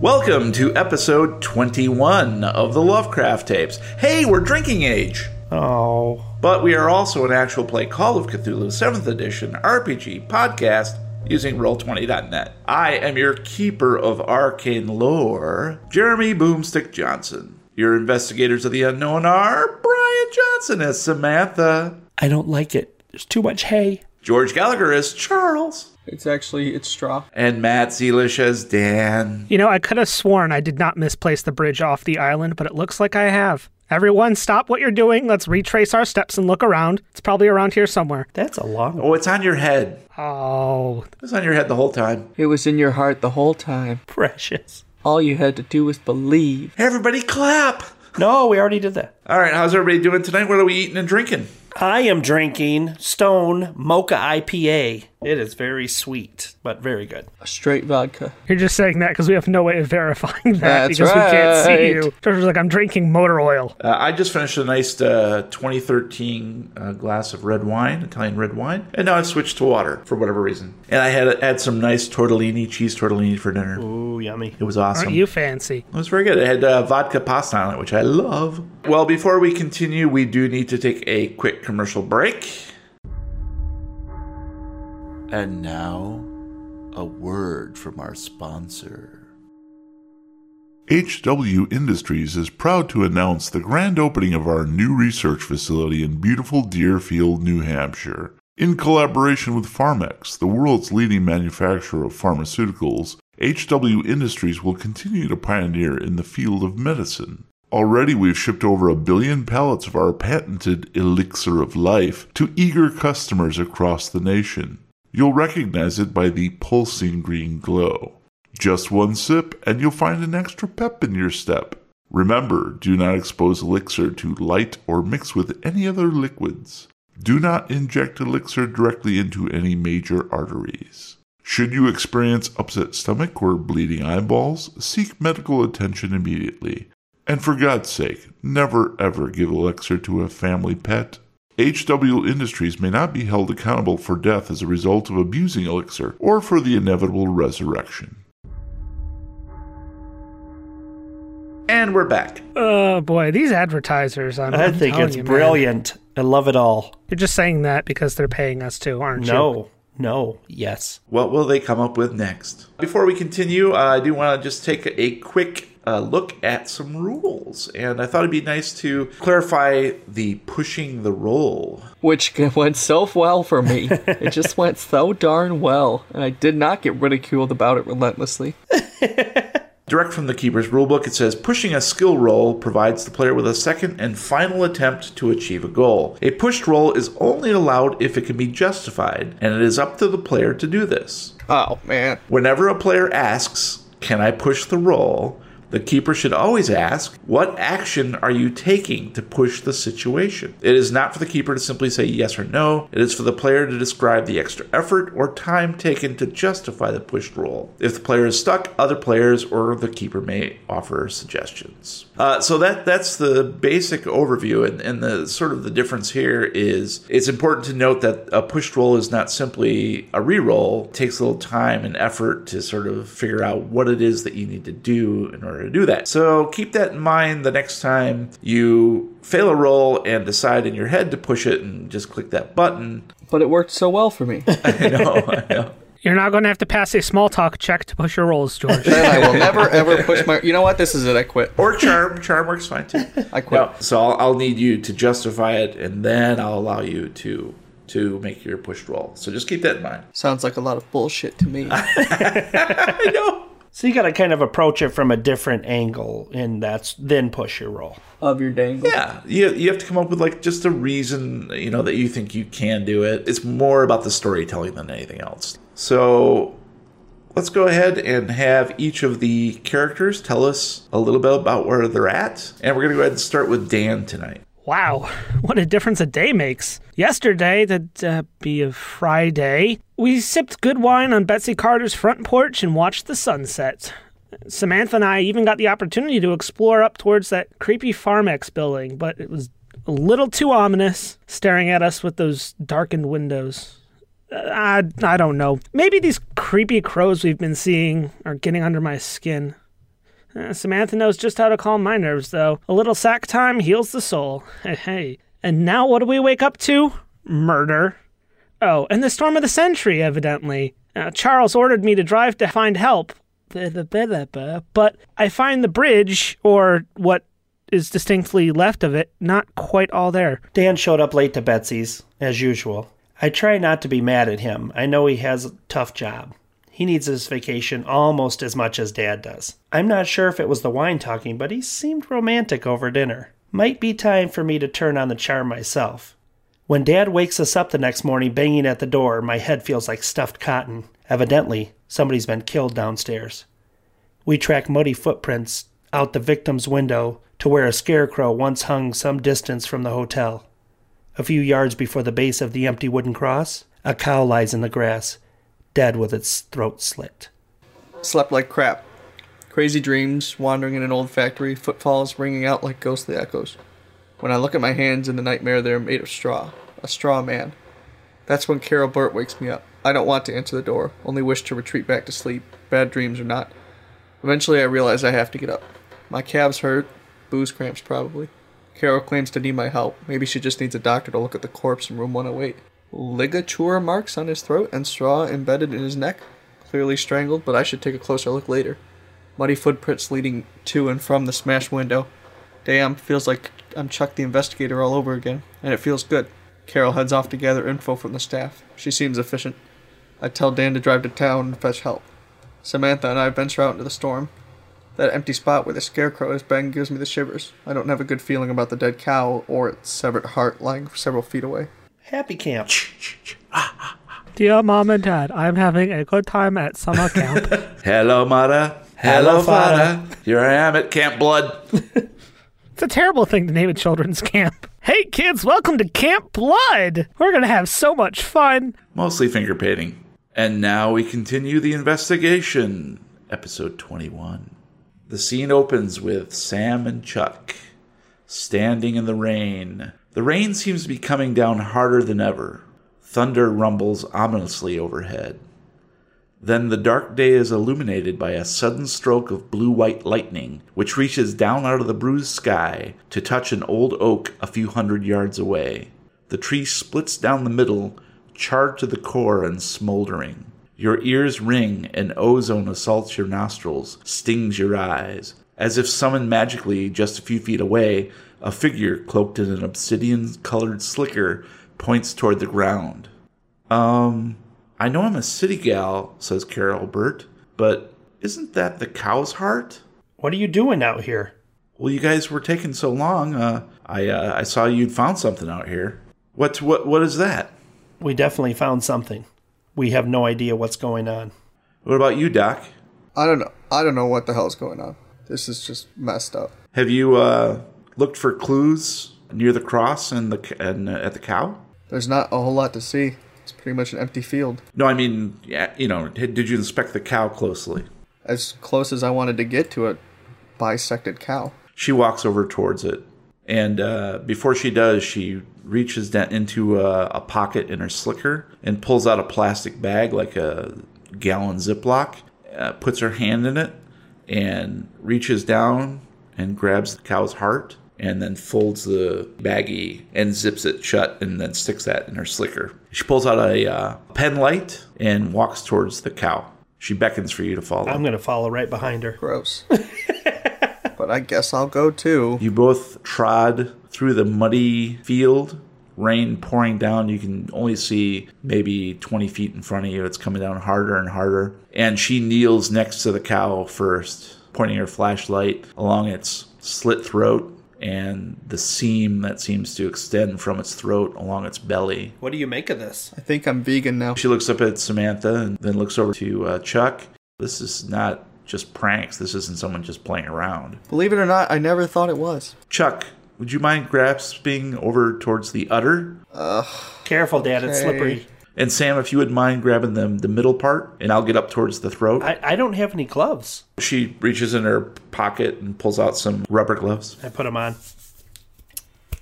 Welcome to episode 21 of the Lovecraft Tapes. Hey, we're drinking age! Oh, But we are also an actual play Call of Cthulhu 7th edition RPG podcast using Roll20.net. I am your keeper of arcane lore, Jeremy Boomstick Johnson. Your investigators of the unknown are Brian Johnson as Samantha, I don't like it. There's too much hay. George Gallagher as Charles, It's actually it's straw. and Matt Zeelish as Dan. You know, I could have sworn I did not misplace the bridge off the island, but it looks like I have. Everyone, stop what you're doing. Let's retrace our steps and look around. It's probably around here somewhere. That's a long Oh, it's on your head. Oh, It's on your head the whole time. It was in your heart the whole time. precious. All you had to do was believe. Hey, everybody, clap! No, we already did that. All right, how's everybody doing tonight? What are we eating and drinking? I am drinking Stone Mocha IPA. It is very sweet, but very good. A straight vodka. you're just saying that because we have no way of verifying that That's because we can't see right. you. George was like, I'm drinking motor oil. Uh, I just finished a nice uh, 2013 uh, glass of red wine, Italian red wine, and now I've switched to water for whatever reason. And I had had some nice tortellini, cheese tortellini for dinner. Ooh, yummy. It was awesome. Aren't you fancy? It was very good. It had uh, vodka pasta on it, which I love. Well, before we continue, we do need to take a quick commercial break. And now, a word from our sponsor. HW Industries is proud to announce the grand opening of our new research facility in beautiful Deerfield, New Hampshire. In collaboration with Pharmex, the world's leading manufacturer of pharmaceuticals, HW Industries will continue to pioneer in the field of medicine. Already, we've shipped over a billion pallets of our patented Elixir of Life to eager customers across the nation. You'll recognize it by the pulsing green glow. Just one sip, and you'll find an extra pep in your step. Remember, do not expose elixir to light or mix with any other liquids. Do not inject elixir directly into any major arteries. Should you experience upset stomach or bleeding eyeballs, seek medical attention immediately. And for God's sake, never ever give elixir to a family pet. HW Industries may not be held accountable for death as a result of abusing elixir or for the inevitable resurrection. And we're back. Oh boy, these advertisers. I'm, I I'm think telling it's you, man. brilliant. I love it all. You're just saying that because they're paying us too, aren't you? No, no, yes. What will they come up with next? Before we continue, uh, I do want to just take a quick uh, look at some rules. And I thought it'd be nice to clarify the pushing the roll. Which g- went so well for me. it just went so darn well. And I did not get ridiculed about it relentlessly. Direct from the Keeper's rulebook, it says pushing a skill roll provides the player with a second and final attempt to achieve a goal. A pushed roll is only allowed if it can be justified, and it is up to the player to do this. Oh man. Whenever a player asks, Can I push the roll? the keeper should always ask, What action are you taking to push the situation? It is not for the keeper to simply say yes or no. It is for the player to describe the extra effort or time taken to justify the pushed roll. If the player is stuck, other players or the keeper may offer suggestions. Uh, so that that's the basic overview, and, and the sort of the difference here is it's important to note that a pushed roll is not simply a reroll. It takes a little time and effort to sort of figure out what it is that you need to do in order to do that. So keep that in mind the next time you fail a roll and decide in your head to push it and just click that button. But it worked so well for me. I know, I know. You're not going to have to pass a small talk check to push your rolls, George. then I will never ever push my You know what? This is it. I quit. Or charm, charm works fine too. I quit. No, so I'll, I'll need you to justify it, and then I'll allow you to to make your pushed roll. So just keep that in mind. Sounds like a lot of bullshit to me. I know. So you got to kind of approach it from a different angle, and that's then push your roll. of your dangle. Yeah, you, you have to come up with like just a reason, you know, that you think you can do it. It's more about the storytelling than anything else. So let's go ahead and have each of the characters tell us a little bit about where they're at. And we're going to go ahead and start with Dan tonight. Wow, what a difference a day makes. Yesterday, that'd uh, be a Friday, we sipped good wine on Betsy Carter's front porch and watched the sunset. Samantha and I even got the opportunity to explore up towards that creepy Farmex building, but it was a little too ominous, staring at us with those darkened windows. Uh, I, I don't know. Maybe these creepy crows we've been seeing are getting under my skin. Uh, Samantha knows just how to calm my nerves, though. A little sack time heals the soul. Hey, hey. And now what do we wake up to? Murder. Oh, and the storm of the century, evidently. Now, Charles ordered me to drive to find help. But I find the bridge, or what is distinctly left of it, not quite all there. Dan showed up late to Betsy's, as usual. I try not to be mad at him. I know he has a tough job. He needs his vacation almost as much as Dad does. I'm not sure if it was the wine talking, but he seemed romantic over dinner. Might be time for me to turn on the charm myself. When Dad wakes us up the next morning banging at the door, my head feels like stuffed cotton. Evidently, somebody's been killed downstairs. We track muddy footprints out the victim's window to where a scarecrow once hung some distance from the hotel. A few yards before the base of the empty wooden cross, a cow lies in the grass, dead with its throat slit. Slept like crap. Crazy dreams, wandering in an old factory, footfalls ringing out like ghostly echoes. When I look at my hands in the nightmare, they're made of straw. A straw man. That's when Carol Burt wakes me up. I don't want to answer the door, only wish to retreat back to sleep, bad dreams or not. Eventually, I realize I have to get up. My calves hurt, booze cramps probably. Carol claims to need my help. Maybe she just needs a doctor to look at the corpse in room 108. Ligature marks on his throat and straw embedded in his neck. Clearly strangled, but I should take a closer look later. Muddy footprints leading to and from the smashed window. Damn, feels like I'm Chuck the Investigator all over again, and it feels good. Carol heads off to gather info from the staff. She seems efficient. I tell Dan to drive to town and fetch help. Samantha and I venture out into the storm. That empty spot where the scarecrow has been gives me the shivers. I don't have a good feeling about the dead cow or its severed heart lying several feet away. Happy camp. Dear mom and dad, I'm having a good time at summer camp. Hello, Mata. Hello, Hello, Fada. Here I am at Camp Blood. It's a terrible thing to name a children's camp. Hey kids, welcome to Camp Blood. We're going to have so much fun. Mostly finger painting. And now we continue the investigation. Episode 21. The scene opens with Sam and Chuck standing in the rain. The rain seems to be coming down harder than ever. Thunder rumbles ominously overhead. Then the dark day is illuminated by a sudden stroke of blue white lightning, which reaches down out of the bruised sky to touch an old oak a few hundred yards away. The tree splits down the middle, charred to the core and smoldering. Your ears ring, and ozone assaults your nostrils, stings your eyes. As if summoned magically just a few feet away, a figure cloaked in an obsidian colored slicker points toward the ground. Um, I know I'm a city gal, says Carol Burt, but isn't that the cow's heart? What are you doing out here? Well, you guys were taking so long. Uh, I uh, I saw you'd found something out here. What what what is that? We definitely found something. We have no idea what's going on. What about you, Doc? I don't know. I don't know what the hell's going on. This is just messed up. Have you uh, looked for clues near the cross and the c- and uh, at the cow? There's not a whole lot to see. It's pretty much an empty field. No, I mean, yeah, you know, did did you inspect the cow closely? As close as I wanted to get to a bisected cow. She walks over towards it, and uh, before she does, she reaches down into a, a pocket in her slicker and pulls out a plastic bag like a gallon Ziploc, uh, puts her hand in it, and reaches down and grabs the cow's heart, and then folds the baggie and zips it shut, and then sticks that in her slicker. She pulls out a uh, pen light and walks towards the cow. She beckons for you to follow. I'm going to follow right behind her. Gross. but I guess I'll go too. You both trod through the muddy field, rain pouring down. You can only see maybe 20 feet in front of you. It's coming down harder and harder. And she kneels next to the cow first, pointing her flashlight along its slit throat and the seam that seems to extend from its throat along its belly. What do you make of this? I think I'm vegan now. She looks up at Samantha and then looks over to uh, Chuck. This is not just pranks. This isn't someone just playing around. Believe it or not, I never thought it was. Chuck, would you mind grasping over towards the udder? Careful, Dad. It's Okay. slippery. And Sam, if you would mind grabbing the, the middle part, and I'll get up towards the throat. I, I don't have any gloves. she reaches in her pocket and pulls out some rubber gloves. I put them on.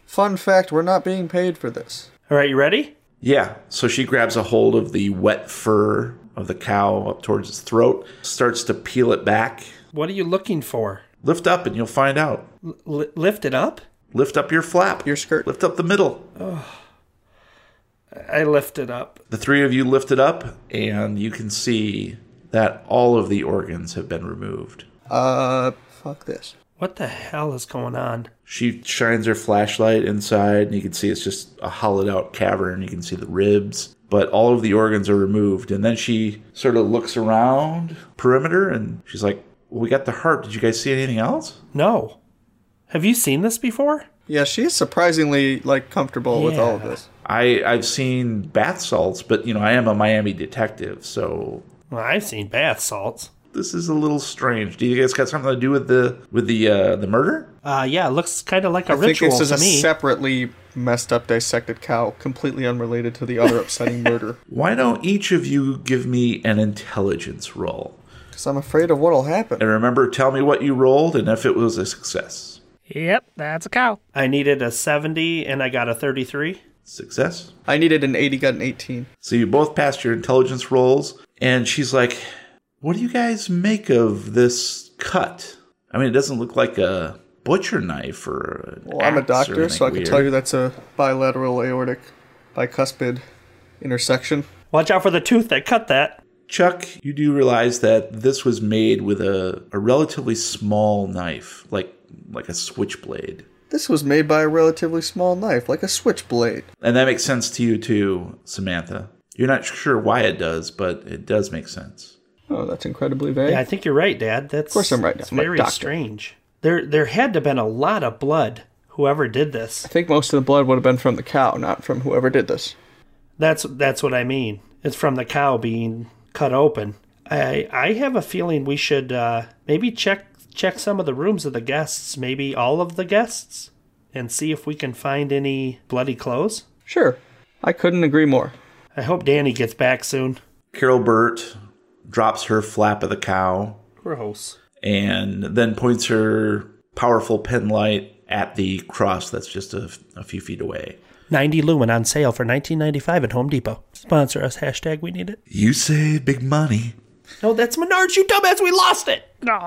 Fun fact, we're not being paid for this. All right, you ready? Yeah, so she grabs a hold of the wet fur of the cow up towards its throat, starts to peel it back, What are you looking for? Lift up and you'll find out. L- li- lift it up? Lift up your flap. Your skirt. Lift up the middle. I lift it up. The three of you lift it up, and you can see that all of the organs have been removed. Uh, fuck this. What the hell is going on? She shines her flashlight inside, and you can see it's just a hollowed out cavern. You can see the ribs, but all of the organs are removed. And then she sort of looks around perimeter, and she's like, well, "We got the heart. Did you guys see anything else?" No. Have you seen this before? Yeah, she is surprisingly like comfortable with all of Yeah. this. I I've seen bath salts, but you know I am a Miami detective, so Well, I've seen bath salts. this is a little strange. Do you guys got something to do with the with the uh, the murder? Uh, yeah, it looks kind of like a I think ritual this is to a me. separately messed up dissected cow, completely unrelated to the other upsetting murder. Why don't each of you give me an intelligence roll? Because I'm afraid of what'll happen. And remember, tell me what you rolled and if it was a success. Yep, that's a cow. I needed a 70 and I got a 33. Success? I needed an 80, got an 18. So you both passed your intelligence rolls, and she's like, What do you guys make of this cut? I mean, it doesn't look like a butcher knife or. An Well, I'm a axe or doctor, so I anything can tell weird. you that's a bilateral aortic bicuspid intersection. Watch out for the tooth that cut that. Chuck, you do realize that this was made with a, a relatively small knife, like like a switchblade. This was made by a relatively small knife, like a switchblade. And that makes sense to you too, Samantha. You're not sure why it does, but it does make sense. Oh, that's incredibly vague. Yeah, I think you're right, Dad. That's of course I'm right. It's I'm a very doctor. strange. There, there had to have been a lot of blood. Whoever did this. I think most of the blood would have been from the cow, not from whoever did this. That's that's what I mean. It's from the cow being cut open. I I have a feeling we should uh, maybe check check some of the rooms of the guests, maybe all of the guests, and see if we can find any bloody clothes. Sure. I couldn't agree more. I hope Danny gets back soon. Carol Burt drops her flap of the cow Gross. and then points her powerful pen light at the cross that's just a, a few feet away. 90 lumen on sale for 19.95 at Home Depot. Sponsor us. Hashtag we need it. You say big money. No, that's Menards. You dumbass. We lost it. No,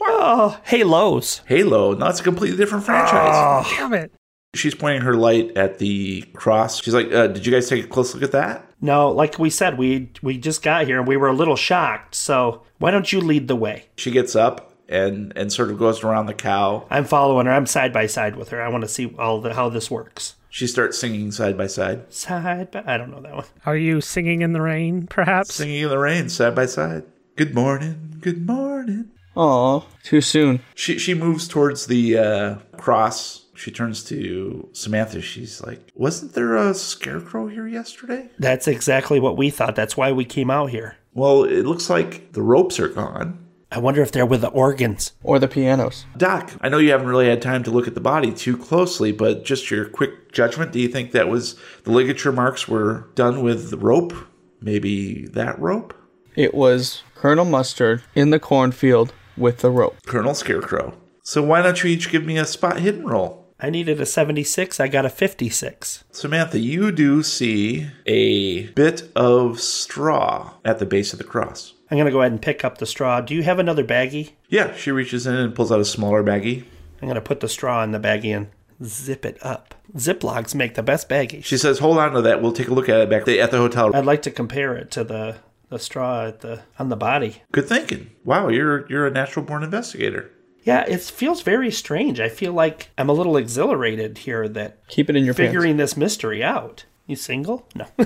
Oh, hey Lowe's. Halo, no, it's a completely different franchise. damn it. She's pointing her light at the cross. She's like, uh, "Did you guys take a close look at that?" No, like we said, we we just got here and we were a little shocked. So why don't you lead the way? She gets up and and sort of goes around the cow. I'm following her. I'm side by side with her. I want to see all the how this works. She starts singing side by side. Side by I don't know that one. Are you singing in the rain, perhaps? Singing in the rain, side by side. Good morning, good morning. Aw, too soon. She she moves towards the uh, cross. She turns to Samantha. She's like, "Wasn't there a scarecrow here yesterday?" That's exactly what we thought. That's why we came out here. Well, it looks like the ropes are gone. I wonder if they're with the organs. Or the pianos. Doc, I know you haven't really had time to look at the body too closely, but just your quick judgment, do you think that was the ligature marks were done with the rope? Maybe that rope? It was Colonel Mustard in the cornfield with the rope. Colonel Scarecrow. So why don't you each give me a spot hidden roll? I needed a 76. I got a 56. Samantha, you do see a bit of straw at the base of the cross. I'm going to go ahead and pick up the straw. Do you have another baggie? Yeah, she reaches in and pulls out a smaller baggie. I'm going to put the straw in the baggie and zip it up. Ziplocs make the best baggies. She says, "Hold on to that. We'll take a look at it back at the hotel." I'd like to compare it to the the straw at the on the body. Good thinking. Wow, you're you're a natural born investigator. Yeah, it feels very strange. I feel like I'm a little exhilarated here that Keep it in your pants. figuring this mystery out. You single? No.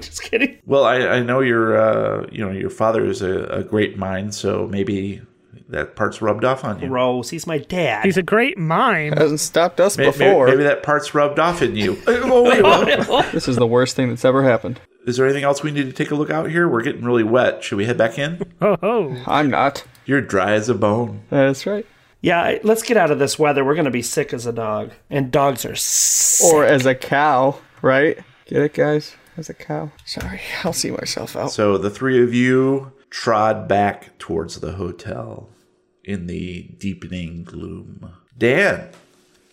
Just kidding. Well, I, I know your uh, you know your father is a, a great mind, so maybe that part's rubbed off on you. Rose, he's my dad. He's a great mind. Hasn't stopped us May- may- before. maybe that part's rubbed off in you. Oh, wait, well, This is the worst thing that's ever happened. is there anything else we need to take a look out here? We're getting really wet. Should we head back in? Ho ho. I'm not. You're dry as a bone. That's right. yeah, I- let's get out of this weather. We're going to be sick as a dog. And dogs are sick. Or as a cow, right? Get it, guys? As a cow. Sorry, I'll see myself out. So the three of you trod back towards the hotel in the deepening gloom. Dan,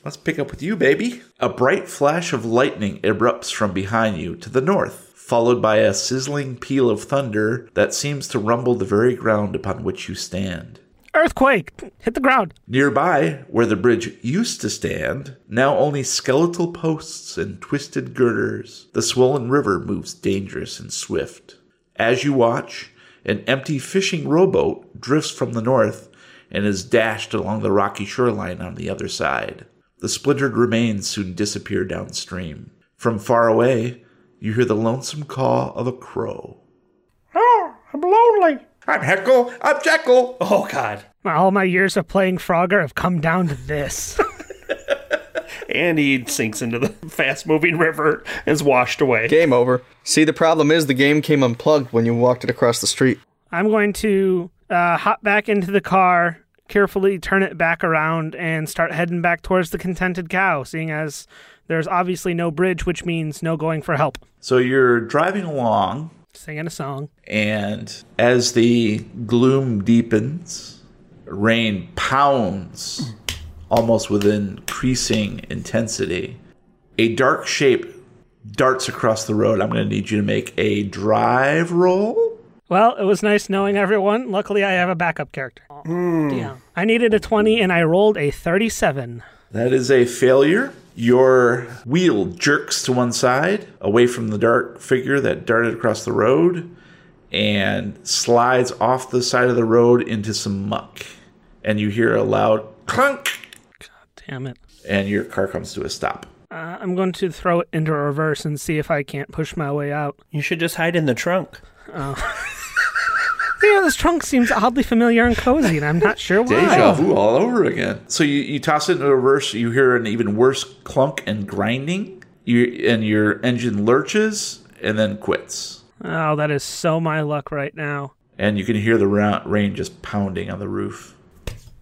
let's pick up with you, baby. A bright flash of lightning erupts from behind you to the north, followed by a sizzling peal of thunder that seems to rumble the very ground upon which you stand. Earthquake! Hit the ground. Nearby, where the bridge used to stand, now only skeletal posts and twisted girders, the swollen river moves dangerous and swift. As you watch, an empty fishing rowboat drifts from the north and is dashed along the rocky shoreline on the other side. The splintered remains soon disappear downstream. From far away, you hear the lonesome call of a crow. Oh, I'm lonely. I'm Heckle! I'm Jekyll! Oh, God. All my years of playing Frogger have come down to this. And he sinks into the fast moving river and is washed away. Game over. See, the problem is the game came unplugged when you walked it across the street. I'm going to uh, hop back into the car, carefully turn it back around, and start heading back towards the contented cow, seeing as there's obviously no bridge, which means no going for help. So you're driving along, Singing a song. and as the gloom deepens, rain pounds almost with increasing intensity. A dark shape darts across the road. I'm going to need you to make a drive roll. Well, it was nice knowing everyone. Luckily, I have a backup character. Damn. I needed a 20 and I rolled a 37. That is a failure. Your wheel jerks to one side, away from the dark figure that darted across the road, and slides off the side of the road into some muck. And you hear a loud clunk, Damn it. and your car comes to a stop. Uh, I'm going to throw it into reverse and see if I can't push my way out. You should just hide in the trunk. You know, this trunk seems oddly familiar and cozy, and I'm not sure Deja why. vu all over again. So you, you toss it into reverse. You hear an even worse clunk and grinding. You and your engine lurches and then quits. Oh, that is so my luck right now. And you can hear the ra- rain just pounding on the roof.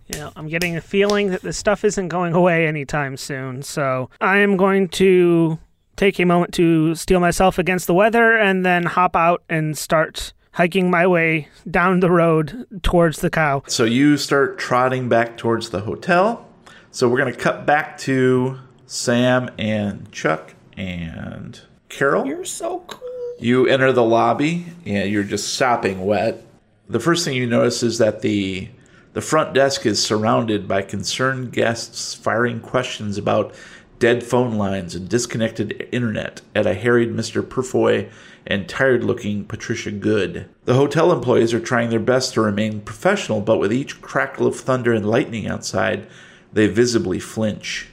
You know, I'm getting a feeling that this stuff isn't going away anytime soon, so I am going to take a moment to steel myself against the weather and then hop out and start hiking my way down the road towards the cow. So you start trotting back towards the hotel. So we're gonna cut back to Sam and Chuck and Carol. You're so cool. You enter the lobby and you're just sopping wet. The first thing you notice is that the the front desk is surrounded by concerned guests firing questions about dead phone lines and disconnected internet at a harried Mr. Purfoy and tired-looking Patricia Good. The hotel employees are trying their best to remain professional, but with each crackle of thunder and lightning outside, they visibly flinch.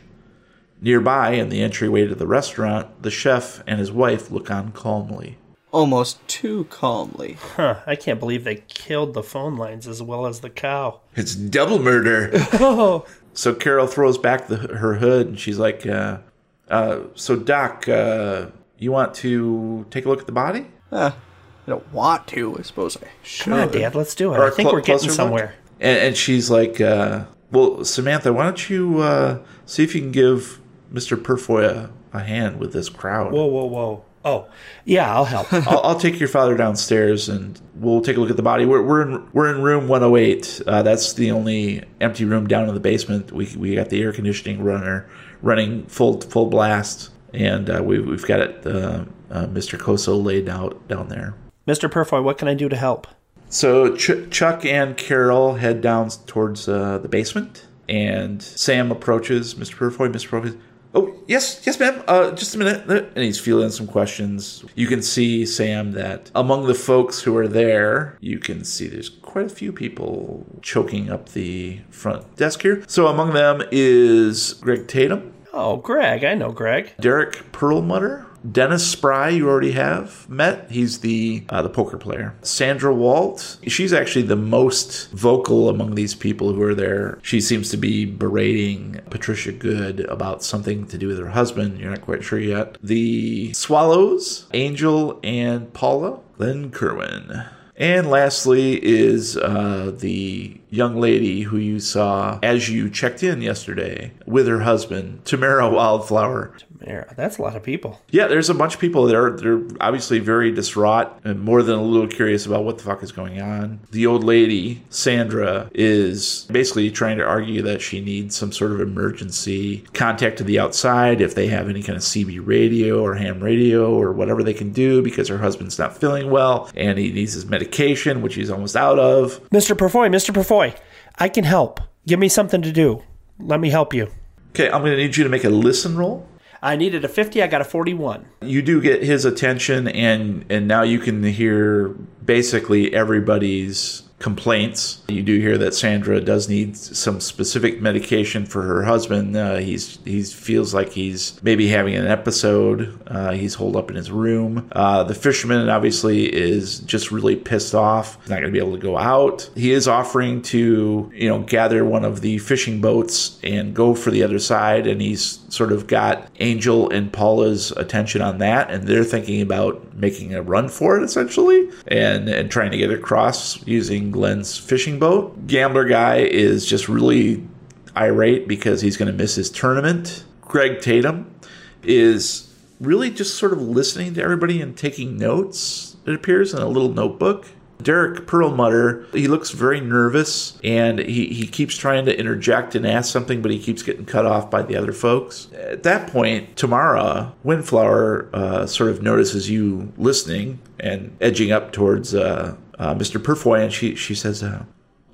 Nearby, in the entryway to the restaurant, the chef and his wife look on calmly. Almost too calmly. Huh. I can't believe they killed the phone lines as well as the cow. It's double murder. Oh. so Carol throws back the, her hood and she's like, uh, uh, So, Doc, uh, you want to take a look at the body? Ah, I don't want to, I suppose I should. Come on, Dad, let's do it. I think clo- we're closer getting look? somewhere. And, and she's like, uh, Well, Samantha, why don't you uh, see if you can give Mr. Purfoy a, a hand with this crowd? Whoa, whoa, whoa. Oh, yeah, I'll help. I'll, I'll take your father downstairs and we'll take a look at the body. We're, we're in we're in room 108. Uh, that's the only empty room down in the basement. We we got the air conditioning runner running full full blast, and uh, we we've got it, uh, uh, Mr. Koso laid out down there. Mr. Purfoy, what can I do to help? So Ch- Chuck and Carol head down towards uh, the basement, and Sam approaches Mr. Purfoy. Mr. Purfoy, oh yes, yes, ma'am. Uh, just a minute, and he's fielding some questions. You can see Sam that among the folks who are there, you can see there's quite a few people choking up the front desk here. So among them is Greg Tatum, Oh, Greg, I know Greg. Derek Perlmutter, Dennis Spry, you already have met. He's the uh, the poker player. Sandra Walt, she's actually the most vocal among these people who are there. She seems to be berating Patricia Good about something to do with her husband. You're not quite sure yet. The Swallows, Angel, and Paula. Lynn Kerwin. And lastly is uh, the young lady who you saw as you checked in yesterday with her husband, Tamara Wildflower. era. That's a lot of people. Yeah, there's a bunch of people that are they're obviously very distraught and more than a little curious about what the fuck is going on. The old lady, Sandra, is basically trying to argue that she needs some sort of emergency contact to the outside if they have any kind of CB radio or ham radio or whatever they can do because her husband's not feeling well and he needs his medication, which he's almost out of. Mr. Perfoy, Mr. Perfoy, I can help. Give me something to do. Let me help you. Okay, I'm gonna need you to make a listen roll. I needed a 50. I got a 41. you do get his attention and and now you can hear basically everybody's complaints you do hear that sandra does need some specific medication for her husband uh, he's he feels like he's maybe having an episode uh, he's holed up in his room uh, the fisherman obviously is just really pissed off he's not going to be able to go out he is offering to you know gather one of the fishing boats and go for the other side and he's sort of got angel and paula's attention on that and they're thinking about making a run for it essentially and and trying to get across using glenn's fishing boat gambler guy is just really irate because he's going to miss his tournament greg tatum is really just sort of listening to everybody and taking notes it appears in a little notebook Derek Perlmutter, he looks very nervous and he, he keeps trying to interject and ask something, but he keeps getting cut off by the other folks. At that point, Tamara Windflower uh, sort of notices you listening and edging up towards uh, uh, Mr. Purfoy, and she, she says, uh,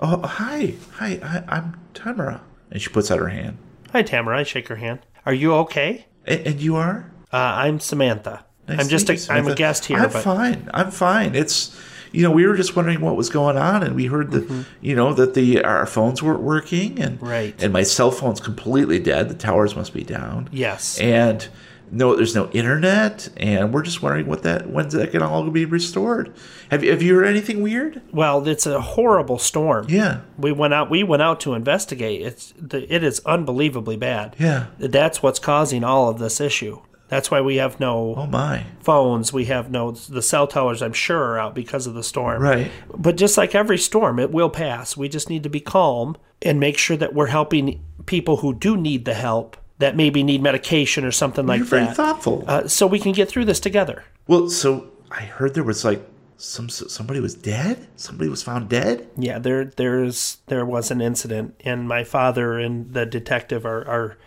Oh, hi, hi, I, I'm Tamara. And she puts out her hand. Hi, Tamara. I shake her hand. Are you okay? And, and you are? Uh, I'm Samantha. Nice I'm to just meet a, you, I'm a Samantha. guest here, I'm but fine. I'm fine. It's you know we were just wondering what was going on, and we heard that you know that the our phones weren't working, and Mm-hmm. Right. and my cell phone's completely dead. The towers must be down. yes. and no, there's no internet, and we're just wondering what that when's that can all be restored. Have you have you heard anything weird? well, it's a horrible storm. Yeah, We went out. We went out to investigate. It's the, it is unbelievably bad. yeah. That's what's causing all of this issue. That's why we have no Oh my, phones. We have no the cell towers. I'm sure are out because of the storm. right. But just like every storm, it will pass. We just need to be calm and make sure that we're helping people who do need the help that maybe need medication or something like You're very that. thoughtful. uh, so we can get through this together. well, so I heard there was like some somebody was dead. Somebody was found dead. Yeah, there there's there was an incident and my father and the detective are are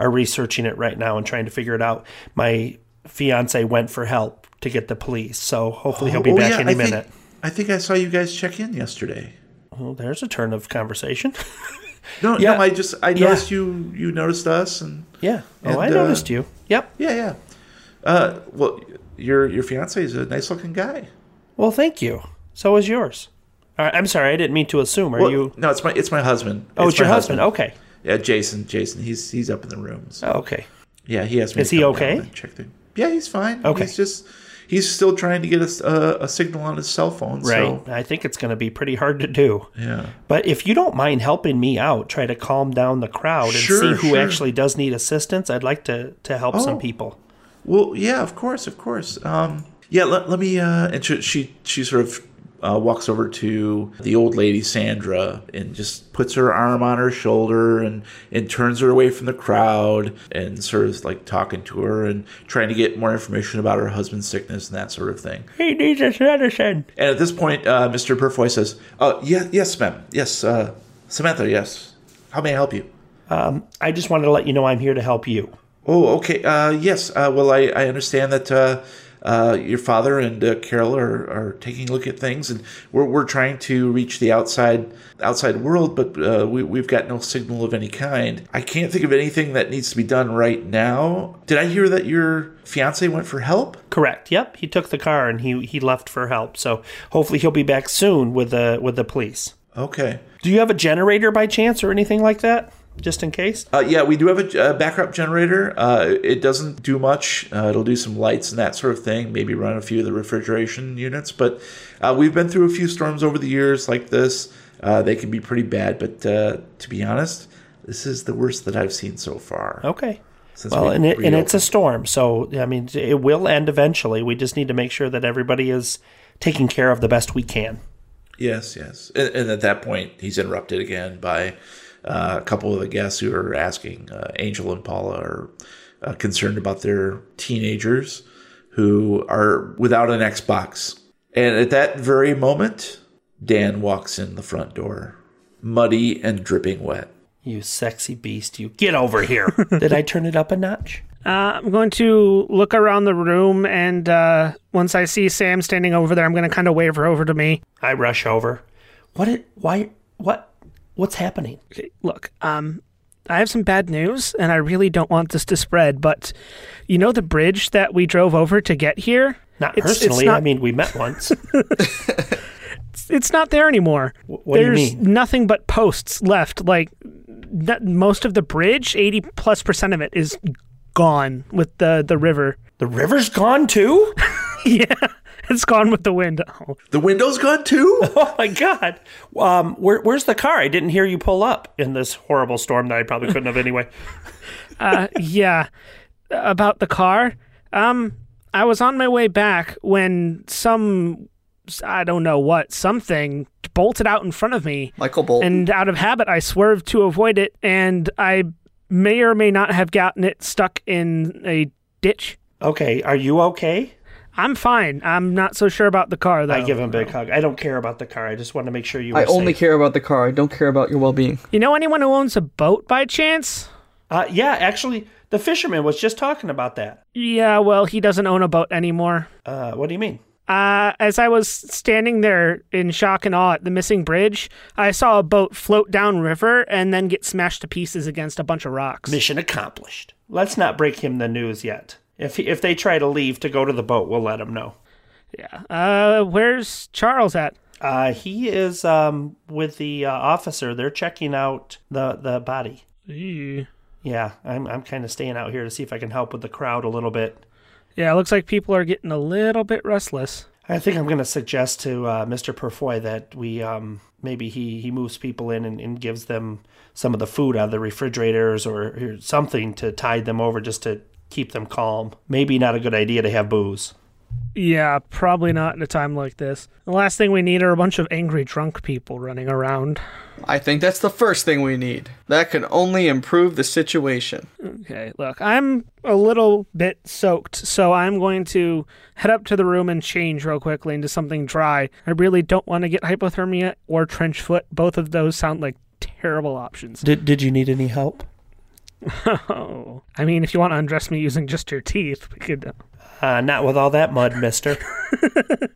are researching it right now and trying to figure it out. My fiance went for help to get the police. So hopefully he'll be Oh, back yeah, any I think- minute. I think I saw you guys check in yesterday. Well, there's a turn of conversation. No, Yeah. no, I just I noticed you. You noticed us, and yeah. Oh, I And, uh, noticed you. Yep. yeah, yeah. Uh, well, your your fiance is a nice looking guy. Well, thank you. So is yours. All right, I'm sorry, I didn't mean to assume. Are Well, you? No, it's my it's my husband. Oh, it's, my your husband. Okay. Yeah, Jason. Jason. He's he's up in the rooms. Oh, okay. Yeah, he asked me. Is to he come down okay? and Check the, yeah, he's fine. Okay. He's just he's still trying to get us uh, a, a signal on his cell phone. Right. So I think it's going to be pretty hard to do. yeah. But if you don't mind helping me out, try to calm down the crowd and Sure, see who sure. actually does need assistance. I'd like to to help Oh. some people. Well, yeah, of course, of course. Um, yeah, let, let me. Uh, and she, she she sort of uh, walks over to the old lady Sandra and just puts her arm on her shoulder and and turns her away from the crowd and sort of like talking to her and trying to get more information about her husband's sickness and that sort of thing. He needs his medicine. And at this point, uh, Mr. Purfoy says, "Uh, yeah, yes, ma'am, yes, uh, Samantha, yes. How may I help you?" I just wanted to let you know I'm here to help you. Oh, okay. Uh, yes. Uh, well, I, I understand that uh, uh, your father and uh, Carol are, are taking a look at things, and we're, we're trying to reach the outside outside world, but uh, we, we've got no signal of any kind. I can't think of anything that needs to be done right now. Did I hear that your fiance went for help? Correct. Yep. He took the car and he he left for help. So hopefully he'll be back soon with the with the police. Okay. Do you have a generator by chance or anything like that, just in case? Uh, yeah, we do have a uh, backup generator. Uh, it doesn't do much. Uh, it'll do some lights and that sort of thing. Maybe run a few of the refrigeration units. But uh, we've been through a few storms over the years like this. Uh, they can be pretty bad. But uh, to be honest, this is the worst that I've seen so far. Okay. Since Oh, Well, we and, it, and it's a reopened. storm, so I mean, it will end eventually. We just need to make sure that everybody is taken care of the best we can. yes, yes. And, and at that point, he's interrupted again by uh, a couple of the guests who are asking uh, Angel and Paula are uh, concerned about their teenagers who are without an Xbox. And at that very moment, Dan walks in the front door, muddy and dripping wet. You sexy beast, you get over here. Did I turn it up a notch? Uh, I'm going to look around the room, and uh, once I see Sam standing over there, I'm going to kind of wave her over to me. I rush over. What? It, why? What? What's happening? Okay, look, um, I have some bad news, and I really don't want this to spread, but you know the bridge that we drove over to get here? Not It's- it's personally. I not- mean, we met once. It's not there anymore. what do you There's mean? nothing but posts left. Like, that, most of the bridge, 80 plus percent of it, is gone with the, the river. the river's gone too. yeah, it's gone with the wind. Oh, The window's gone too? Oh my god. Um, where, where's the car? I didn't hear you pull up in this horrible storm that I probably couldn't have anyway. yeah, about the car. Um, I was on my way back when some, I don't know what, something bolted out in front of me. Michael Bolton. And out of habit, I swerved to avoid it, and I may or may not have gotten it stuck in a ditch. Okay, are you okay? I'm fine. I'm not so sure about the car, though. I give him a big hug. I don't care about the car. I just want to make sure you. Were I only safe. care about the car. I don't care about your well-being. You know anyone who owns a boat by chance? Uh, yeah, actually, the fisherman was just talking about that. Yeah, well, he doesn't own a boat anymore. Uh, what do you mean? Uh, as I was standing there in shock and awe at the missing bridge, I saw a boat float downriver and then get smashed to pieces against a bunch of rocks. Mission accomplished. Let's not break him the news yet. If he, if they try to leave to go to the boat, we'll let him know. Yeah. Uh, where's Charles at? Uh, he is um, with the uh, officer. They're checking out the the body. Yeah, I'm I'm kind of staying out here to see if I can help with the crowd a little bit. Yeah, it looks like people are getting a little bit restless. I think I'm going to suggest to uh, Mr. Purfoy that we um, maybe he, he moves people in and, and gives them some of the food out of the refrigerators or, or something to tide them over just to keep them calm. Maybe not a good idea to have booze. Yeah, probably not in a time like this. The last thing we need are a bunch of angry drunk people running around. I think that's the first thing we need. That can only improve the situation. Okay, look, I'm a little bit soaked, so I'm going to head up to the room and change real quickly into something dry. I really don't want to get hypothermia or trench foot. Both of those sound like terrible options. Did, did you need any help? Oh, I mean, if you want to undress me using just your teeth, we could. Uh, not with all that mud, mister.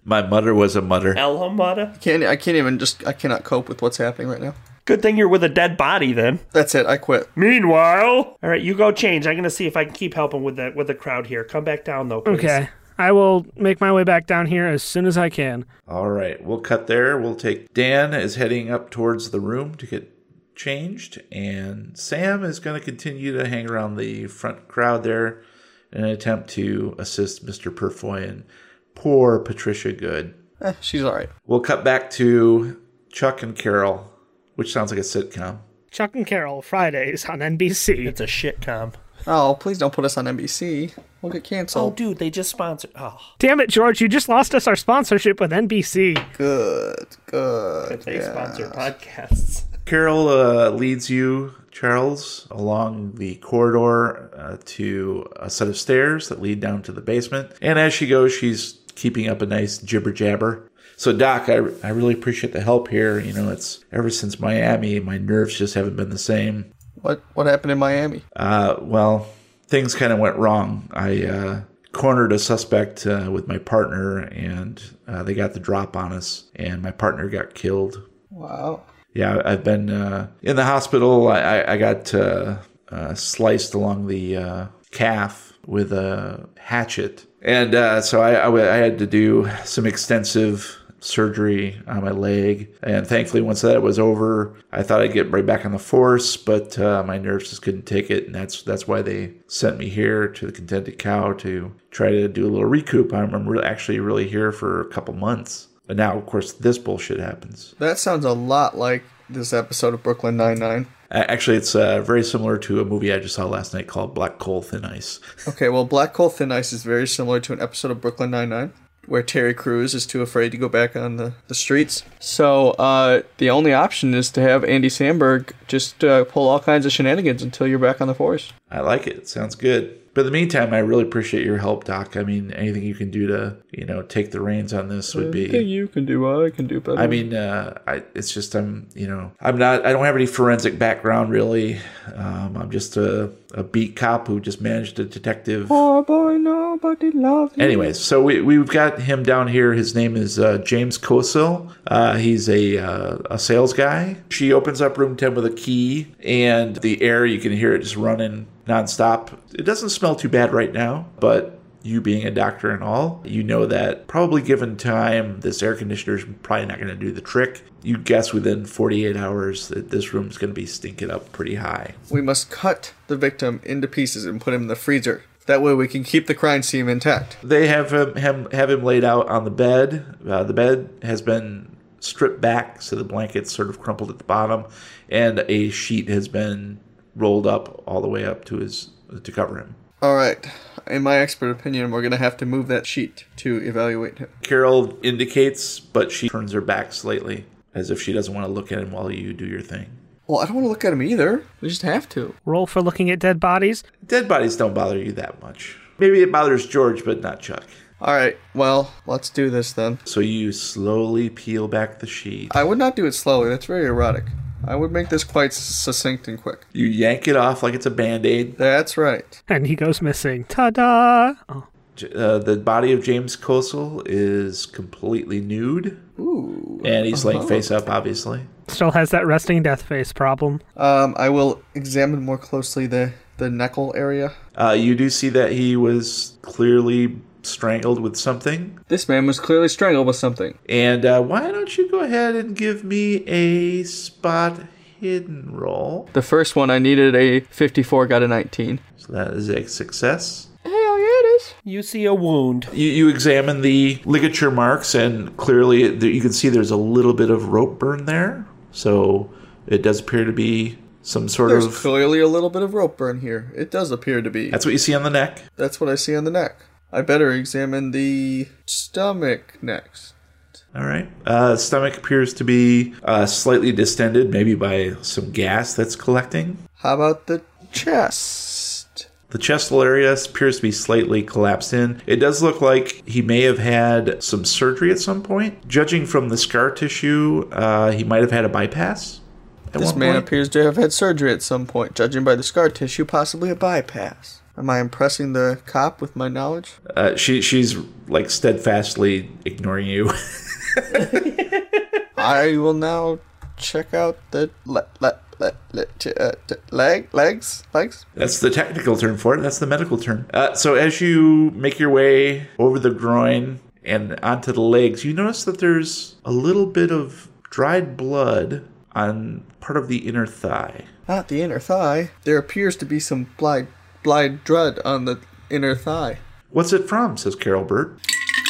My mutter was a mutter. Elhamada. Can't I can't even just I cannot cope with what's happening right now. Good thing you're with a dead body then. That's it. I quit. Meanwhile. All right, you go change. I'm going to see if I can keep helping with the, with the crowd here. Come back down, though, please. Okay, I will make my way back down here as soon as I can. All right, we'll cut there. We'll take Dan is heading up towards the room to get changed, and Sam is going to continue to hang around the front crowd there in an attempt to assist Mr. Purfoy and poor Patricia Good. Eh, she's all right. We'll cut back to Chuck and Carol, which sounds like a sitcom. Chuck and Carol, Fridays on NBC. It's a shit com. Oh, please don't put us on NBC. We'll get Oh, canceled. dude, they just sponsored. Oh, Damn it, George, you just lost us our sponsorship with NBC. good, good. they yeah. sponsor podcasts. Carol uh, leads you, Charles, along the corridor uh, to a set of stairs that lead down to the basement. And as she goes, she's keeping up a nice jibber jabber. So, Doc, I, I really appreciate the help here. You know, it's ever since Miami, my nerves just haven't been the same. What what happened in Miami? Uh, well, things kind of went wrong. I uh, cornered a suspect uh, with my partner, and uh, they got the drop on us, and my partner got killed. Wow. Yeah, I've been uh, in the hospital. I, I, I got uh, uh, sliced along the uh, calf with a hatchet. And uh, so I, I, w- I had to do some extensive surgery on my leg. And thankfully, once that was over, I thought I'd get right back on the force, but uh, my nerves just couldn't take it. And that's that's why they sent me here to the Contented Cow to try to do a little recoup. I'm, I'm re- actually really here for a couple months. But now, of course, this bullshit happens. That sounds a lot like this episode of Brooklyn Nine Nine. Uh, Actually, it's uh, very similar to a movie I just saw last night called Black Coal Thin Ice. Okay, well, Black Coal Thin Ice is very similar to an episode of Brooklyn Nine Nine where Terry Crews is too afraid to go back on the, the streets. So uh, the only option is to have Andy Samberg just uh, pull all kinds of shenanigans until you're back on the force. I like it. Sounds good. But in the meantime, I really appreciate your help, Doc. I mean, anything you can do to, you know, take the reins on this would be. Anything you can do, I can do better. I mean, uh, I, it's just I'm, you know, I'm not. I don't have any forensic background really. Um, I'm just a, a beat cop who just managed a detective. oh boy, nobody loves you. Anyways, so we, we've got him down here. His name is uh, James Kosil. Uh, he's a, uh, a sales guy. She opens up room 10 with a key, and the air, you can hear it just running nonstop. It doesn't smell too bad right now, but you being a doctor and all, you know that probably given time, this air conditioner is probably not going to do the trick. You guess within 48 hours that this room's going to be stinking up pretty high. We must cut the victim into pieces and put him in the freezer. That way we can keep the crime scene intact. They have him, him have him laid out on the bed. Uh, the bed has been stripped back, so the blanket's sort of crumpled at the bottom, and a sheet has been rolled up all the way up to his to cover him. All right. In my expert opinion, we're going to have to move that sheet to evaluate him. Carol indicates, but she turns her back slightly, as if she doesn't want to look at him while you do your thing. Well, I don't want to look at him either. We just have to. Roll for looking at dead bodies. Dead bodies don't bother you that much. Maybe it bothers George, but not Chuck. All right. Well, let's do this then. So you slowly peel back the sheet. I would not do it slowly. That's very erotic. I would make this quite succinct and quick. You yank it off like it's a band aid. That's right. And he goes missing. Ta da! Oh, J- uh, the body of James Kosel is completely nude, Ooh. Uh-huh. and he's laying face up, obviously. still has that resting death face problem. Um, I will examine more closely the the knuckle area. Uh, you do see that he was clearly strangled with something. This man was clearly strangled with something. And uh, why don't you go ahead and give me a spot hidden roll? The first one I needed a 54, got a 19. So that is a success. Hell yeah, it is. You see a wound. You, you examine the ligature marks, and clearly th- you can see there's a little bit of rope burn there. So it does appear to be some sort There's of. clearly a little bit of rope burn here. It does appear to be. That's what you see on the neck. That's what I see on the neck. I better examine the stomach next. All right. Uh, stomach appears to be uh, slightly distended, maybe by some gas that's collecting. How about the chest? The chestal area appears to be slightly collapsed in. It does look like he may have had some surgery at some point. Judging from the scar tissue, uh, he might have had a bypass. At This one man point. appears to have had surgery at some point, judging by the scar tissue, possibly a bypass. Am I impressing the cop with my knowledge? Uh, she she's like steadfastly ignoring you. I will now check out the le- le- le- le- t- uh, t- leg legs legs. That's the technical term for it. That's the medical term. Uh, so as you make your way over the groin and onto the legs, you notice that there's a little bit of dried blood on part of the inner thigh. Not the inner thigh. There appears to be some blind blind dread on the inner thigh. What's it from? Says Carol Burt.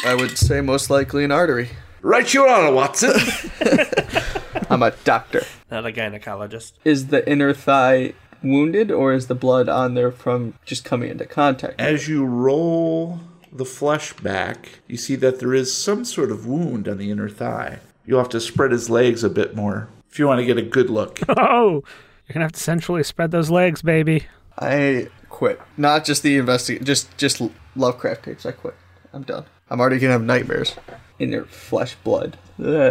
I would say most likely an artery. Right you are, Watson. I'm a doctor. Not a gynecologist. Is the inner thigh wounded, or is the blood on there from just coming into contact? As you roll the flesh back, you see that there is some sort of wound on the inner thigh. You'll have to spread his legs a bit more if you want to get a good look. Oh! You're gonna have to centrally spread those legs, baby. I quit. Not just the investigate, just just Lovecraft tapes. I quit. I'm done. I'm already gonna have nightmares. In their flesh blood.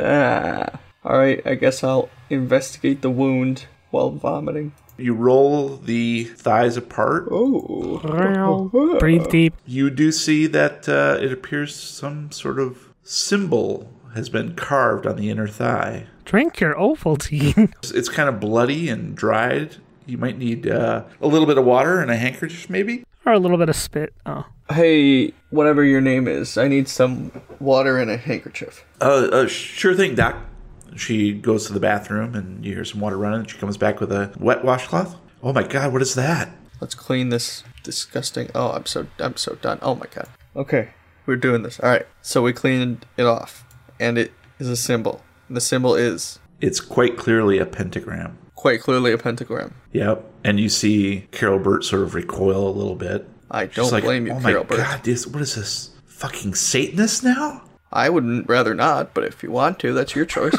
Ah. All right, I guess I'll investigate the wound while vomiting. you roll the thighs apart. Oh, Breathe deep. You do see that uh, it appears some sort of symbol has been carved on the inner thigh. Drink your Ovaltine. It's, it's kind of bloody and dried. You might need uh, a little bit of water and a handkerchief, maybe. or a little bit of spit. Oh. hey, whatever your name is, I need some water and a handkerchief. Uh, uh, sure thing, Doc. She goes to the bathroom and you hear some water running. She comes back with a wet washcloth. Oh my god, what is that? Let's clean this disgusting. Oh, I'm so I'm so done. Oh my god. Okay, we're doing this. All right. So we cleaned it off, and it is a symbol. The symbol is It's quite clearly a pentagram. quite clearly a pentagram. Yep. And you see Carol Burt sort of recoil a little bit. I She's don't blame you, oh my Carol Burt. god, this, what is this? Fucking Satanist now? I wouldn't rather not, but if you want to, that's your choice.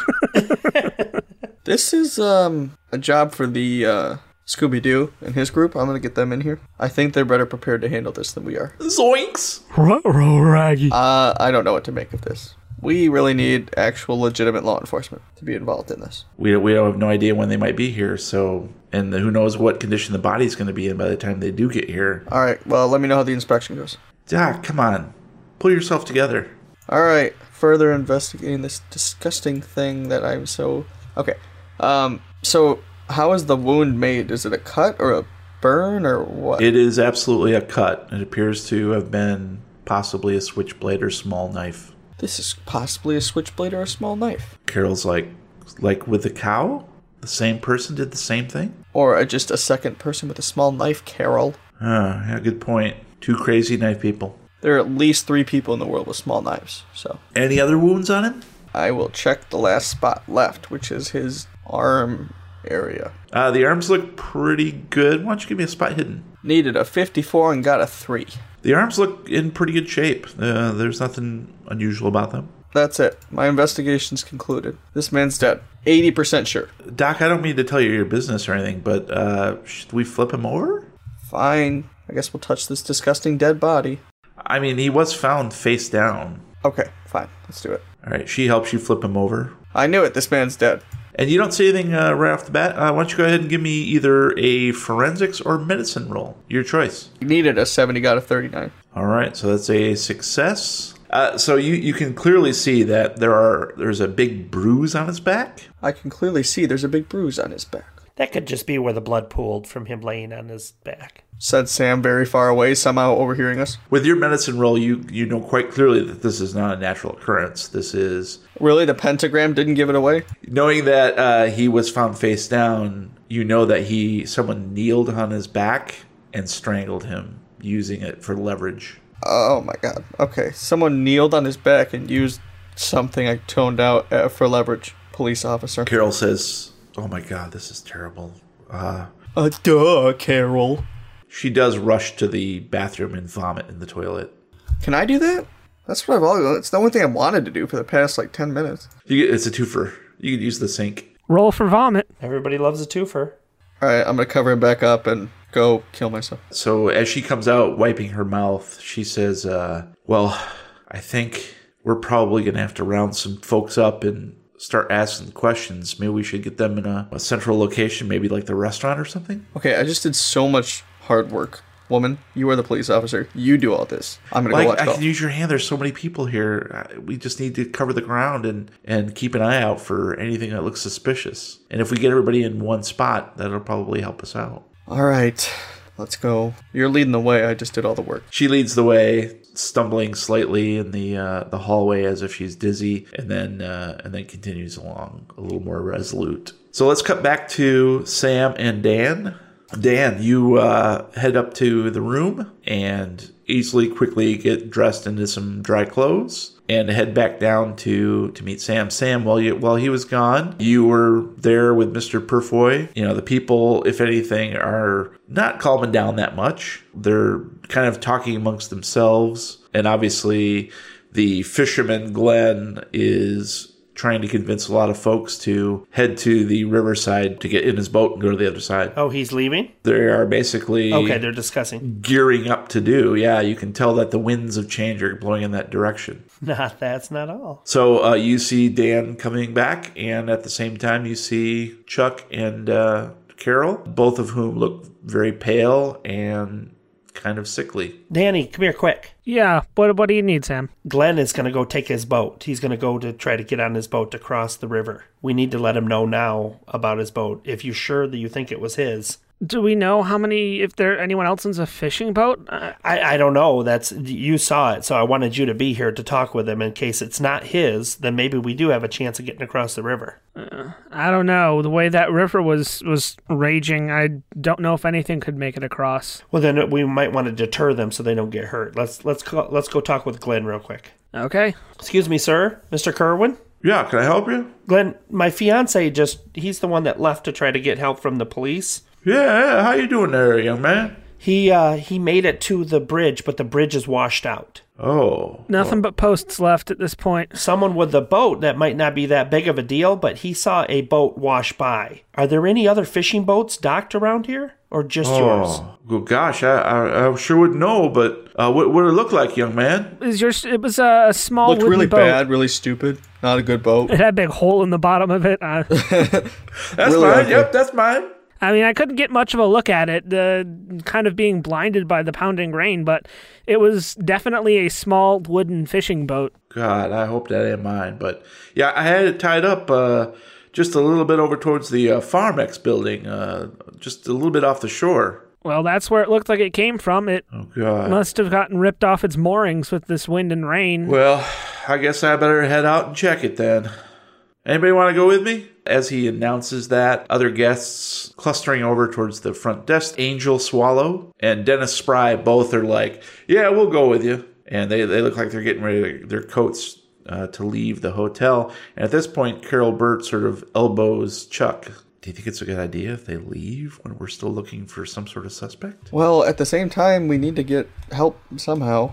this is um a job for the uh Scooby Doo and his group. I'm gonna get them in here. I think they're better prepared to handle this than we are. Zoinks! Ruh-roh, Raggy. Uh, I don't know what to make of this. We really need actual legitimate law enforcement to be involved in this. We, we have no idea when they might be here, so. And who knows what condition the body's going to be in by the time they do get here. All right. Well, let me know how the inspection goes. Doc, come on. Pull yourself together. All right. Further investigating this disgusting thing that I'm so okay. Um. So how is the wound made? Is it a cut or a burn or what? It is absolutely a cut. It appears to have been possibly a switchblade or small knife. this is possibly a switchblade or a small knife, Carol's like, like with the cow? The same person did the same thing? or a, just a second person with a small knife. Carol. Huh, yeah, good point. Two crazy knife people. There are at least three people in the world with small knives. So Any other wounds on him? I will check the last spot left, which is his arm area. Uh, the arms look pretty good. Why don't you give me a spot hidden? Needed a 54 and got a 3. The arms look in pretty good shape. Uh, there's nothing unusual about them. That's it. My investigation's concluded. This man's dead. 80% sure. Doc, I don't mean to tell you your business or anything, but uh, should we flip him over? Fine. I guess we'll touch this disgusting dead body. I mean, he was found face down. Okay, fine. Let's do it. All right, she helps you flip him over. I knew it. This man's dead. And you don't see anything uh, right off the bat. Uh, why don't you go ahead and give me either a forensics or medicine roll? Your choice. Needed a 70, got a 39. All right, so that's a success. Uh, so you, you can clearly see that there are there's a big bruise on his back. I can clearly see there's a big bruise on his back. That could just be where the blood pooled from him laying on his back. Said Sam very far away, somehow overhearing us. With your medicine roll, you you know quite clearly that this is not a natural occurrence. This is Really? The pentagram didn't give it away? knowing that uh, he was found face down. You know that he someone kneeled on his back and strangled him using it for leverage. Oh my god. Okay. Someone kneeled on his back and used something I toned out uh, for leverage. Police officer. Carol says, "Oh my God, this is terrible." Uh, Uh, duh, Carol. she does rush to the bathroom and vomit in the toilet. Can I do that? That's what I've always. It's the only thing I wanted to do for the past like ten minutes. You get, it's a twofer. You could use the sink. Roll for vomit. Everybody loves a twofer. All right, I'm gonna cover him back up and go kill myself. So as she comes out wiping her mouth, she says, uh, "Well, I think we're probably gonna have to round some folks up and start asking questions. Maybe we should get them in a, a central location, maybe like the restaurant or something." Okay, I just did so much hard work, woman. You are the police officer. You do all this. I'm gonna Like go I watch can golf. use your hand. There's so many people here. Uh, We just need to cover the ground and and keep an eye out for anything that looks suspicious. And if we get everybody in one spot, that'll probably help us out. all right, let's go. You're leading the way. I just did all the work. She leads the way, stumbling slightly in the uh, the hallway as if she's dizzy, and then uh, and then continues along a little more resolute. So let's cut back to Sam and Dan. Dan, you uh, head up to the room and easily quickly get dressed into some dry clothes and head back down to to meet Sam. Sam, while you while he was gone, you were there with Mister Purfoy. You know the people, if anything, are not calming down that much. They're kind of talking amongst themselves, and obviously, the fisherman Glenn is trying to convince a lot of folks to head to the riverside to get in his boat and go to the other side. Oh, he's leaving? They are basically Okay, they're discussing. gearing up to do. Yeah, you can tell that the winds of change are blowing in that direction. Not that's not all. So uh, you see Dan coming back, and at the same time, you see Chuck and uh, Carol, both of whom look very pale and kind of sickly. Danny, come here quick. Yeah, what, what do you need, Sam? Glenn is going to go take his boat. He's going to go to try to get on his boat to cross the river. We need to let him know now about his boat. If you're sure that you think it was his, Do we know how many, if there anyone else is a fishing boat? Uh, I, I don't know. That's you saw it, so I wanted you to be here to talk with him. In case it's not his, then maybe we do have a chance of getting across the river. I don't know. The way that river was was raging, I don't know if anything could make it across. Well, then we might want to deter them so they don't get hurt. Let's let's go, let's go talk with Glenn real quick. Okay. Excuse me, sir, Mister Kerwin. Yeah, can I help you? Glenn, my fiance just—he's the one that left to try to get help from the police. Yeah, yeah. How you doing there, young man? He uh he made it to the bridge, but the bridge is washed out. Oh. Nothing but posts left at this point. Someone with a boat that might not be that big of a deal, but he saw a boat wash by. Are there any other fishing boats docked around here? Or just yours? Oh, well, gosh, I, I, I sure would know, but uh, what, what it look like, young man? It was, your, it was a small Looked wooden really boat. bad, really stupid. Not a good boat. It had a big hole in the bottom of it. I, That's Really mine. ugly. Yep, that's mine. I mean, I couldn't get much of a look at it, uh, kind of being blinded by the pounding rain, but it was definitely a small wooden fishing boat. God, I hope that ain't mine. But yeah, I had it tied up uh, just a little bit over towards the uh, Farmex building, uh, just a little bit off the shore. Well, that's where it looked like it came from. It Oh, God. must have gotten ripped off its moorings with this wind and rain. Well, I guess I better head out and check it then. Anybody want to go with me? As he announces that, other guests clustering over towards the front desk, Angel Swallow and Dennis Spry both are like, Yeah, we'll go with you. And they, they look like they're getting ready to, their coats uh, to leave the hotel. And at this point, Carol Burt sort of elbows Chuck. Do you think it's a good idea if they leave when we're still looking for some sort of suspect? Well, at the same time, we need to get help somehow.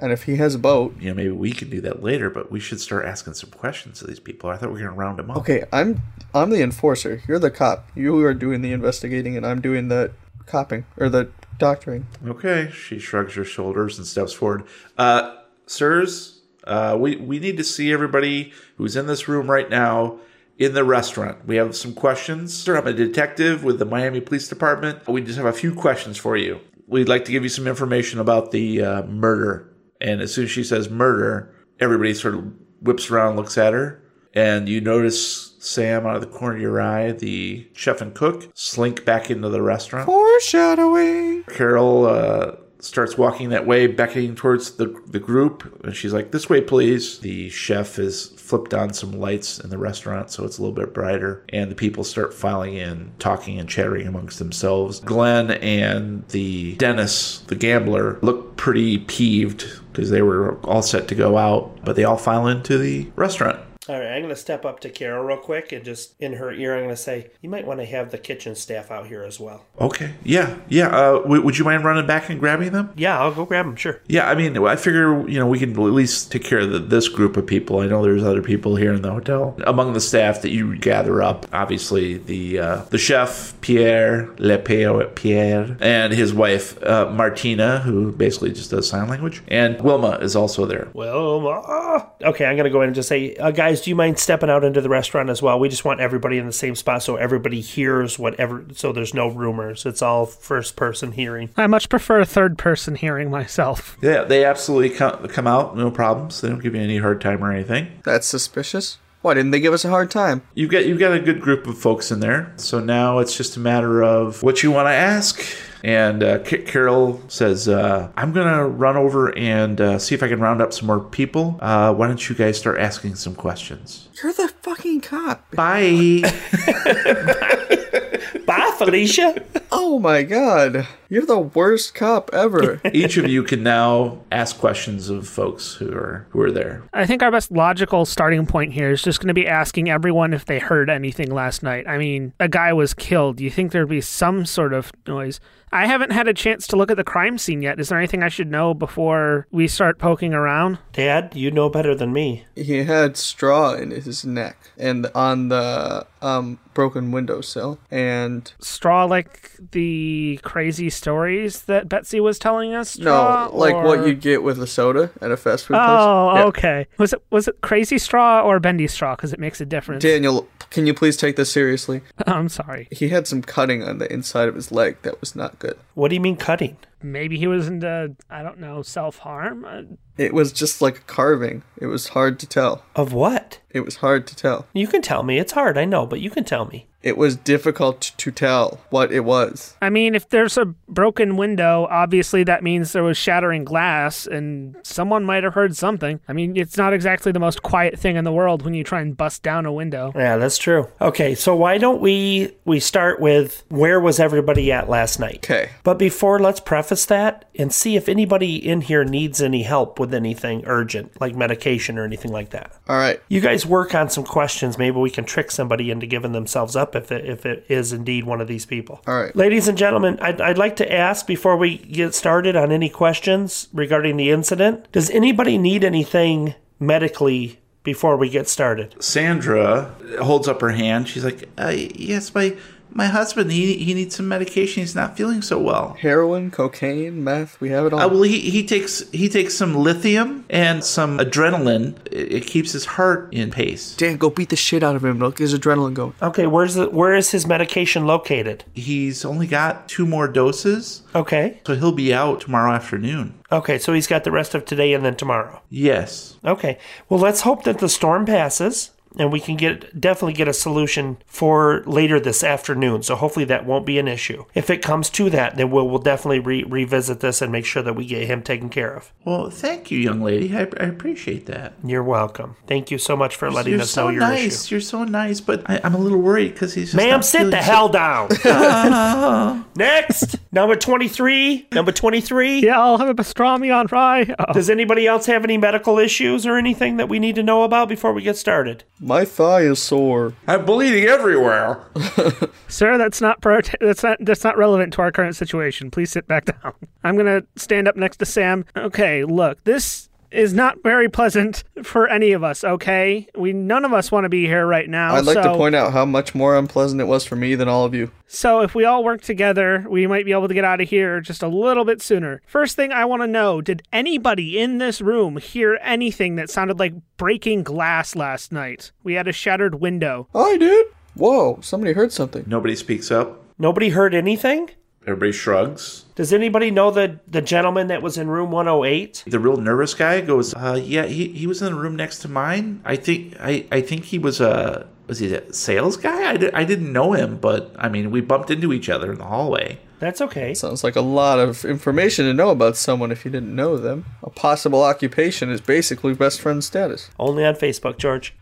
And if he has a boat, You know, maybe we can do that later, but we should start asking some questions to these people. I thought we were going to round them up. okay, I'm I'm the enforcer. You're the cop. You are doing the investigating, and I'm doing the copping or the doctoring. Okay, she shrugs her shoulders and steps forward. Uh, sirs, uh, we we need to see everybody who's in this room right now in the restaurant. We have some questions. Sir, I'm a detective with the Miami Police Department. We just have a few questions for you. We'd like to give you some information about the uh, murder. And as soon as she says murder, everybody sort of whips around, looks at her, and you notice Sam out of the corner of your eye, the chef and cook, slink back into the restaurant. Foreshadowing. Carol uh, starts walking that way, beckoning towards the, the group, and she's like, This way, please. The chef has flipped on some lights in the restaurant, so it's a little bit brighter, and the people start filing in, talking and chattering amongst themselves. Glenn and the Dennis, the gambler, look pretty peeved because they were all set to go out, but they all file into the restaurant. All right, I'm going to step up to Carol real quick and just in her ear, I'm going to say, you might want to have the kitchen staff out here as well. Okay. Yeah. Yeah. Uh, w- would you mind running back and grabbing them? Yeah, I'll go grab them, sure. Yeah, I mean, I figure you know we can at least take care of the, this group of people. I know there's other people here in the hotel among the staff that you gather up. Obviously, the uh, the chef Pierre Le Pierre Pierre and his wife uh, Martina, who basically just does sign language, and Wilma is also there. Well, ah. okay, I'm going to go in and just say, uh, guys, do you mind stepping out into the restaurant as well? We just want everybody in the same spot so everybody hears whatever, so there's no rumors. It's all first person hearing. I much prefer a third person hearing myself. Yeah, they absolutely come, come out, no problems. They don't give you any hard time or anything. That's suspicious. Why didn't they give us a hard time? You've got you've got a good group of folks in there. So now it's just a matter of what you want to ask. And uh, K- Carol says, uh, "I'm gonna run over and uh, see if I can round up some more people. Uh, why don't you guys start asking some questions?" You're the fucking cop. Bye. Bye, Felicia. Oh my god. You're the worst cop ever. Each of you can now ask questions of folks who are who are there. I think our best logical starting point here is just going to be asking everyone if they heard anything last night. I mean, a guy was killed. You think there'd be some sort of noise? I haven't had a chance to look at the crime scene yet. Is there anything I should know before we start poking around? Dad, you know better than me. he had straw in his neck and on the um broken windowsill and Straw like the crazy stories that Betsy was telling us? Straw, no, like what or- you get with a soda at a fast food place. Oh, Yeah. okay. Was it was it crazy straw or bendy straw? Because it makes a difference. Daniel, can you please take this seriously? I'm sorry. He had some cutting on the inside of his leg that was not good. What do you mean cutting? Maybe he was into I don't know self harm. Uh, It was just like a carving. It was hard to tell. Of what? It was hard to tell. You can tell me. It's hard, I know, but you can tell me. It was difficult to tell what it was. I mean, if there's a broken window, obviously that means there was shattering glass and someone might have heard something. I mean, it's not exactly the most quiet thing in the world when you try and bust down a window. Yeah, that's true. Okay, so why don't we we start with where was everybody at last night? Okay. But before, let's preface preface that and see if anybody in here needs any help with anything urgent, like medication or anything like that. All right. You guys work on some questions. Maybe we can trick somebody into giving themselves up if it, if it is indeed one of these people. All right. Ladies and gentlemen, I'd, I'd like to ask before we get started on any questions regarding the incident Does anybody need anything medically before we get started? Sandra holds up her hand. She's like, uh, "Yes, my my husband. He he needs some medication. He's not feeling so well. Heroin, cocaine, meth. We have it all. Uh, well, he he takes he takes some lithium and some adrenaline. It, it keeps his heart in pace. Dan, go beat the shit out of him. Look, his adrenaline going. Okay, where's the, where is his medication located? He's only got two more doses, Okay. so he'll be out tomorrow afternoon. Okay, so he's got the rest of today and then tomorrow. Yes, Okay. Well, let's hope that the storm passes and we can get definitely get a solution for later this afternoon. So hopefully that won't be an issue. If it comes to that, then we'll we'll definitely re- revisit this and make sure that we get him taken care of. Well, thank you, young lady. I, I appreciate that. You're welcome. Thank you so much for letting You're us so know your nice. issue. You're so nice, but I, I'm a little worried because he's. Just Ma'am, not sit feeling the so- hell down. Next, number twenty-three. Number twenty-three. Yeah, I'll have a pastrami on rye. Oh, Does anybody else have any medical issues or anything that we need to know about before we get started? My thigh is sore. I'm bleeding everywhere. sir, that's not pro- that's not that's not relevant to our current situation. Please sit back down. I'm gonna stand up next to Sam. Okay, look, this is not very pleasant for any of us. Okay, we none of us want to be here right now. I'd like so, to point out how much more unpleasant it was for me than all of you. So if we all work together, we might be able to get out of here just a little bit sooner. First thing I want to know, did anybody in this room hear anything that sounded like breaking glass last night? We had a shattered window. I did. Whoa! Somebody heard something. Nobody speaks up. Nobody heard anything? Everybody shrugs. Does anybody know the, the gentleman that was in room 108? The real nervous guy goes, uh, "Yeah, he, he was in the room next to mine. I think I, I think he was a was he a sales guy? I, di- I didn't know him, but I mean we bumped into each other in the hallway. That's okay. Sounds like a lot of information to know about someone if you didn't know them. A possible occupation is basically best friend status. Only on Facebook, George.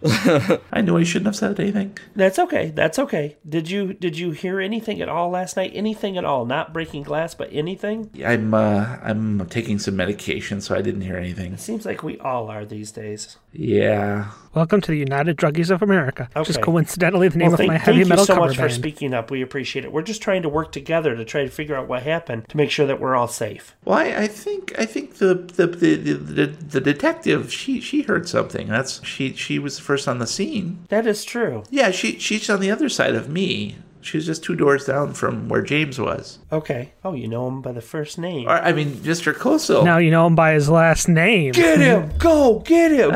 I knew I shouldn't have said anything. That's okay. That's okay. Did you did you hear anything at all last night? Anything at all? Not breaking glass, but anything? I'm uh, I'm taking some medication, so I didn't hear anything. Seems like we all are these days. Yeah, Welcome to the United Druggies of America. Which is Okay. coincidentally the name Well, of thank, my heavy thank metal you so cover much for band. speaking up. We appreciate it. We're just trying to work together to try to figure out what happened to make sure that we're all safe. Well, I, I think I think the the, the the the detective she she heard something. That's she she was first on the scene. That is true. Yeah, she she's on the other side of me. She was just two doors down from where James was. Okay. Oh, you know him by the first name. Or I mean, Mr. Kosil. now you know him by his last name. Get him! Go get him!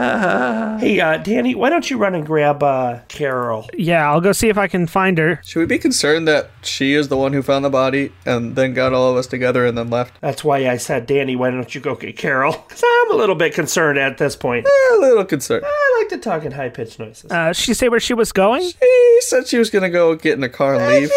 hey, uh, Danny, why don't you run and grab uh, Carol? Yeah, I'll go see if I can find her. Should we be concerned that she is the one who found the body and then got all of us together and then left? That's why I said, Danny, why don't you go get Carol? Because I'm a little bit concerned at this point. A little concerned. I like to talk in high pitched noises. Uh, she say where she was going? She said she was gonna go get in a car and leave.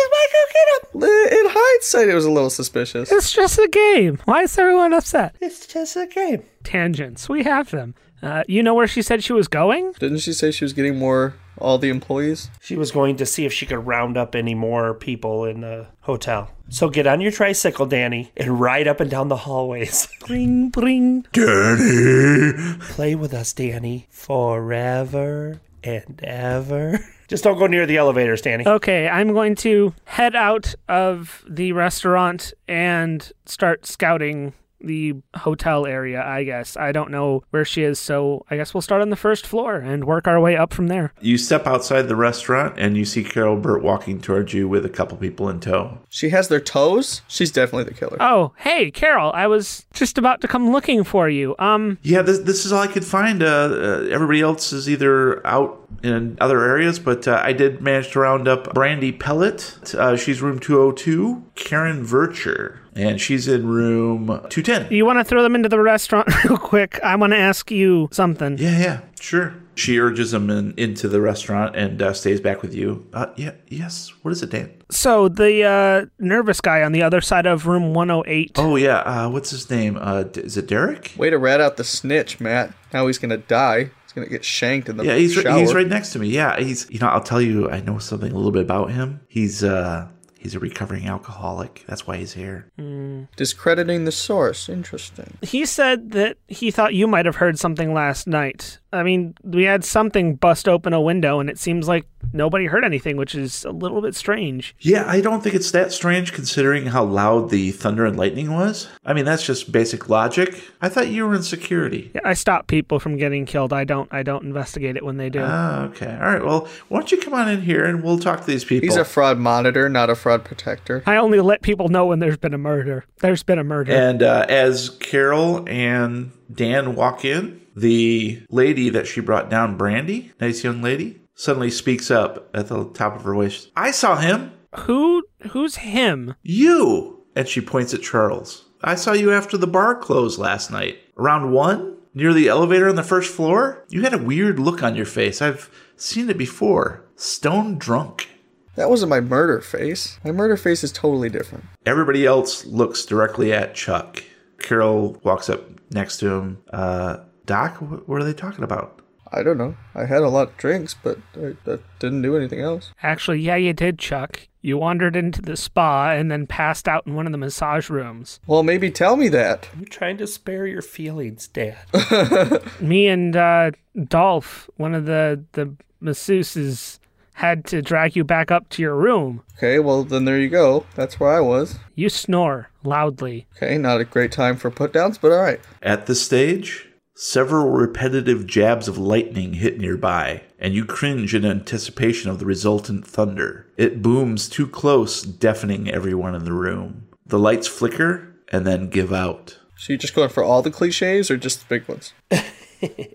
In hindsight, it was a little suspicious. It's just a game. Why is everyone upset? it's just a game. Tangents. We have them. Uh, you know where she said she was going? Didn't she say she was getting more all the employees? She was going to see if she could round up any more people in the hotel. So get on your tricycle, Danny, and ride up and down the hallways. Bring, bring. Play with us, Danny, forever and ever. Just don't go near the elevators, Danny. Okay, I'm going to head out of the restaurant and start scouting the hotel area, I guess. I don't know where she is, so I guess we'll start on the first floor and work our way up from there. You step outside the restaurant and you see Carol Burt walking towards you with a couple people in tow. She has their toes? She's definitely the killer. Oh, hey, Carol, I was just about to come looking for you. Um, Yeah, this, this is all I could find. Uh, uh, everybody else is either out in other areas, but uh, I did manage to round up Brandy Pellet. Uh, she's room 202. Karen Vircher, and she's in room 210. you want to throw them into the restaurant real quick? I want to ask you something. Yeah, yeah, sure. She urges him in, into the restaurant and uh, stays back with you. Uh, yeah, yes. What is it, Dan? So, the uh, nervous guy on the other side of room 108. Oh, yeah. Uh, what's his name? Uh, D- is it Derek? Way to rat out the snitch, Matt. Now he's gonna die. He's gonna get shanked in the Yeah, he's shower. he's right next to me. Yeah, he's you know I'll tell you I know something a little bit about him. He's uh He's a recovering alcoholic. That's why he's here. Discrediting the source. Interesting. He said that he thought you might have heard something last night. I mean, we had something bust open a window, and it seems like nobody heard anything, which is a little bit strange. Yeah, I don't think it's that strange considering how loud the thunder and lightning was. I mean, that's just basic logic. I thought you were in security. Yeah, I stop people from getting killed. I don't. I don't investigate it when they do. Ah, okay. All right. Well, why don't you come on in here and we'll talk to these people. He's a fraud monitor, not a fraud protector. I only let people know when there's been a murder. There's been a murder. and uh, as Carol and Dan walk in, the lady that she brought down, Brandy, nice young lady, suddenly speaks up at the top of her voice. I saw him. Who? Who's him? You! And she points at Charles. I saw you after the bar closed last night. Around one? Near the elevator on the first floor? You had a weird look on your face. I've seen it before. Stone drunk. That wasn't my murder face. My murder face is totally different. Everybody else looks directly at Chuck. Carol walks up next to him. Uh, Doc, wh- what are they talking about? I don't know. I had a lot of drinks, but I, that didn't do anything else. Actually, yeah, you did, Chuck. You wandered into the spa and then passed out in one of the massage rooms. Well, maybe tell me that. I'm trying to spare your feelings, Dad. Me and uh, Dolph, one of the the masseuses, had to drag you back up to your room. Okay, well, then there you go. That's where I was. You snore loudly. Okay, not a great time for put downs, but alright. At this stage, several repetitive jabs of lightning hit nearby, and you cringe in anticipation of the resultant thunder. It booms too close, deafening everyone in the room. The lights flicker and then give out. So you're just going for all the cliches or just the big ones?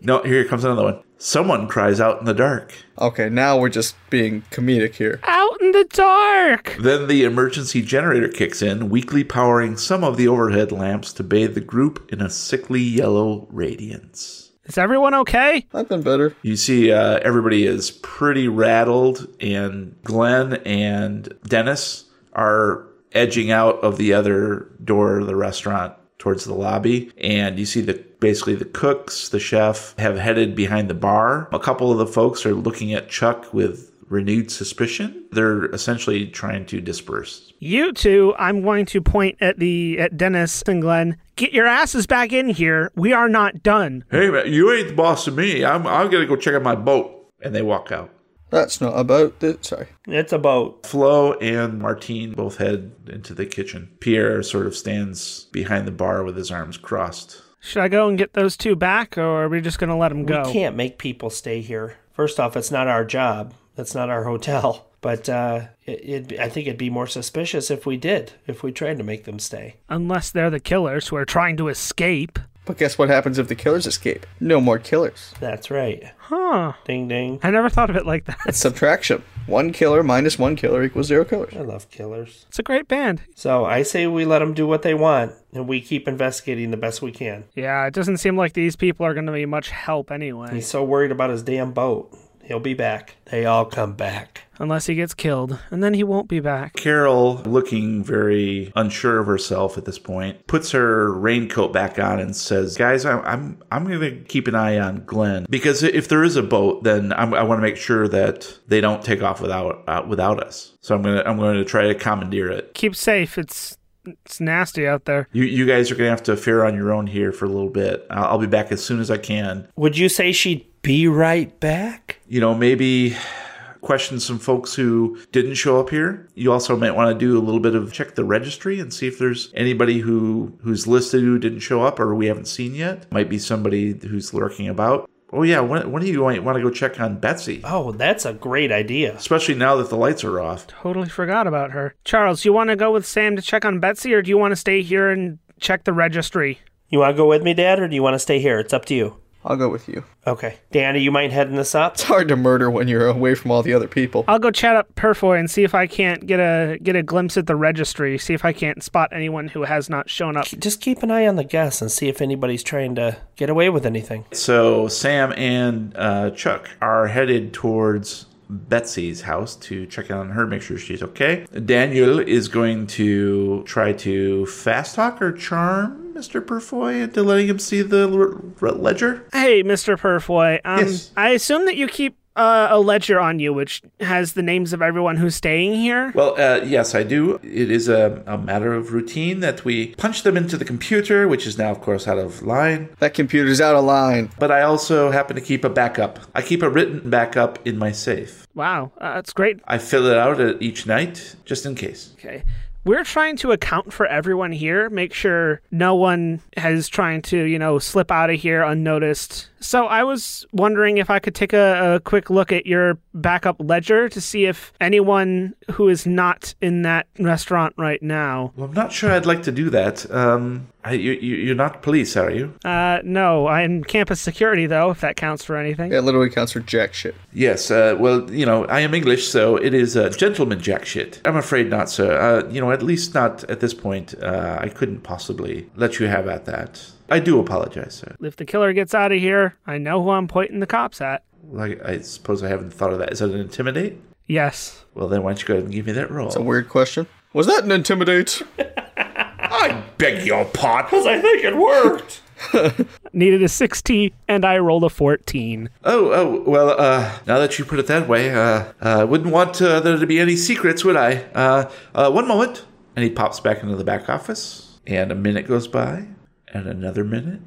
No, here comes another one. Someone cries out in the dark. Okay, now we're just being comedic here. Out in the dark. Then the emergency generator kicks in, weakly powering some of the overhead lamps to bathe the group in a sickly yellow radiance. Is everyone okay? I've been better. You see, uh, everybody is pretty rattled, and Glenn and Dennis are edging out of the other door of the restaurant towards the lobby. And you see the basically the cooks, the chef, have headed behind the bar. A couple of the folks are looking at Chuck with renewed suspicion. They're essentially trying to disperse. You two, I'm going to point at the at Dennis and Glenn. Get your asses back in here. We are not done. Hey, man, you ain't the boss of me. I'm I'm gonna go check out my boat. And they walk out. That's not about the sorry. It's a boat. Flo and Martine both head into the kitchen. Pierre sort of stands behind the bar with his arms crossed. Should I go and get those two back, or are we just going to let them go? We can't make people stay here. First off, it's not our job. That's not our hotel. But uh, it, it, I think it'd be more suspicious if we did, if we tried to make them stay. Unless they're the killers who are trying to escape. But guess what happens if the killers escape? No more killers. That's right. Huh. Ding ding. I never thought of it like that. It's subtraction. One killer minus one killer equals zero killers. I love killers. It's a great band. So I say we let them do what they want, and we keep investigating the best we can. Yeah, it doesn't seem like these people are going to be much help anyway. He's so worried about his damn boat. He'll be back. They all come back. Unless he gets killed, and then he won't be back. Carol, looking very unsure of herself at this point, puts her raincoat back on and says, "Guys, I'm I'm, I'm going to keep an eye on Glenn because if there is a boat, then I'm, I want to make sure that they don't take off without uh, without us. So I'm gonna I'm going to try to commandeer it. Keep safe. It's it's nasty out there. You you guys are going to have to fare on your own here for a little bit. I'll, I'll be back as soon as I can. Would you say she'd be right back? you know, maybe question some folks who didn't show up here. You also might want to do a little bit of check the registry and see if there's anybody who who's listed who didn't show up or we haven't seen yet. Might be somebody who's lurking about. Oh yeah, when, when do you want to go check on Betsy? Oh, that's a great idea. Especially now that the lights are off. Totally forgot about her. Charles, you want to go with Sam to check on Betsy, or do you want to stay here and check the registry? You want to go with me, Dad, or do you want to stay here? It's up to you. I'll go with you. Okay. Danny, you mind heading this up? It's hard to murder when you're away from all the other people. I'll go chat up Purfoy and see if I can't get a get a glimpse at the registry. See if I can't spot anyone who has not shown up. Just keep an eye on the guests and see if anybody's trying to get away with anything. So Sam and uh, Chuck are headed towards Betsy's house to check on her, make sure she's okay. Daniel is going to try to fast talk or charm Mr. Purfoy into letting him see the l- r- ledger. Hey, Mr. Purfoy. Um, Yes. I assume that you keep uh, a ledger on you which has the names of everyone who's staying here? Well, uh, yes, I do. It is a, a matter of routine that we punch them into the computer, which is now, of course, out of line. That computer's out of line. But I also happen to keep a backup. I keep a written backup in my safe. Wow, uh, that's great. I fill it out uh, each night just in case. Okay. We're trying to account for everyone here, make sure no one has trying to, you know, slip out of here unnoticed. So I was wondering if I could take a, a quick look at your backup ledger to see if anyone who is not in that restaurant right now. Well, I'm not sure I'd like to do that. Um, I, you, you, you're not police, are you? Uh, no, I'm campus security though, if that counts for anything. That literally counts for jack shit. Yes, uh, well, you know, I am English, so it is uh, gentleman jack shit. I'm afraid not, sir. Uh, you know, at least not at this point. Uh, I couldn't possibly let you have at that. I do apologize, sir. If the killer gets out of here, I know who I'm pointing the cops at. Like, I suppose I haven't thought of that. Is that an intimidate? Yes. Well, then why don't you go ahead and give me that roll? It's a weird question. Was that an intimidate? I beg your pardon. I think it worked. Needed a 60, and I rolled a 14. Oh, oh, well, uh, now that you put it that way, uh, uh, wouldn't want uh, there to be any secrets, would I? Uh, uh, one moment. And he pops back into the back office, and a minute goes by, and another minute.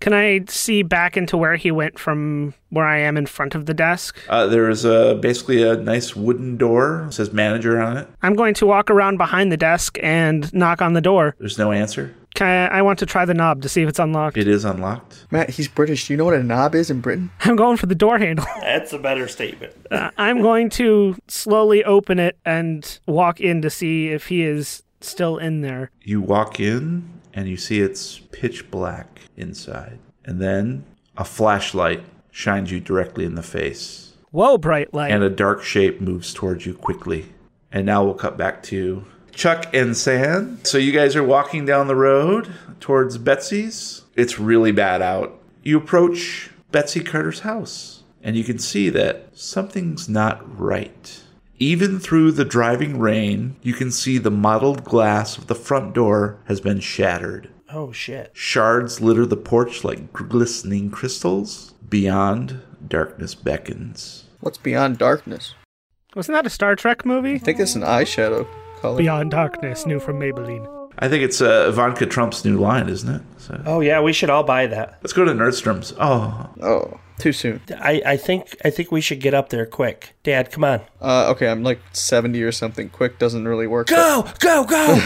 Can I see back into where he went from where I am in front of the desk? Uh, there is a, basically a nice wooden door, it says manager on it. I'm going to walk around behind the desk and knock on the door. There's no answer. Can I, I want to try the knob to see if it's unlocked. It is unlocked. Matt, he's British. Do you know what a knob is in Britain? I'm going for the door handle. That's a better statement. Uh, I'm going to slowly open it and walk in to see if he is still in there. You walk in and you see it's pitch black inside. And then a flashlight shines you directly in the face. Whoa, bright light. And a dark shape moves towards you quickly. And now we'll cut back to Chuck and San. So you guys are walking down the road towards Betsy's. It's really bad out. You approach Betsy Carter's house, and you can see that something's not right. Even through the driving rain, you can see the mottled glass of the front door has been shattered. Oh shit. Shards litter the porch like glistening crystals. Beyond, darkness beckons. What's beyond darkness? Wasn't that a Star Trek movie? I think it's an eyeshadow color. Beyond Darkness, new from Maybelline. I think it's uh, Ivanka Trump's new line, isn't it? So Oh yeah, we should all buy that. let's go to Nerdstrom's. Oh, Oh, too soon. I, I think I think we should get up there quick. Dad, come on. Uh, okay, I'm like 70 or something. Quick doesn't really work. Go, go, go.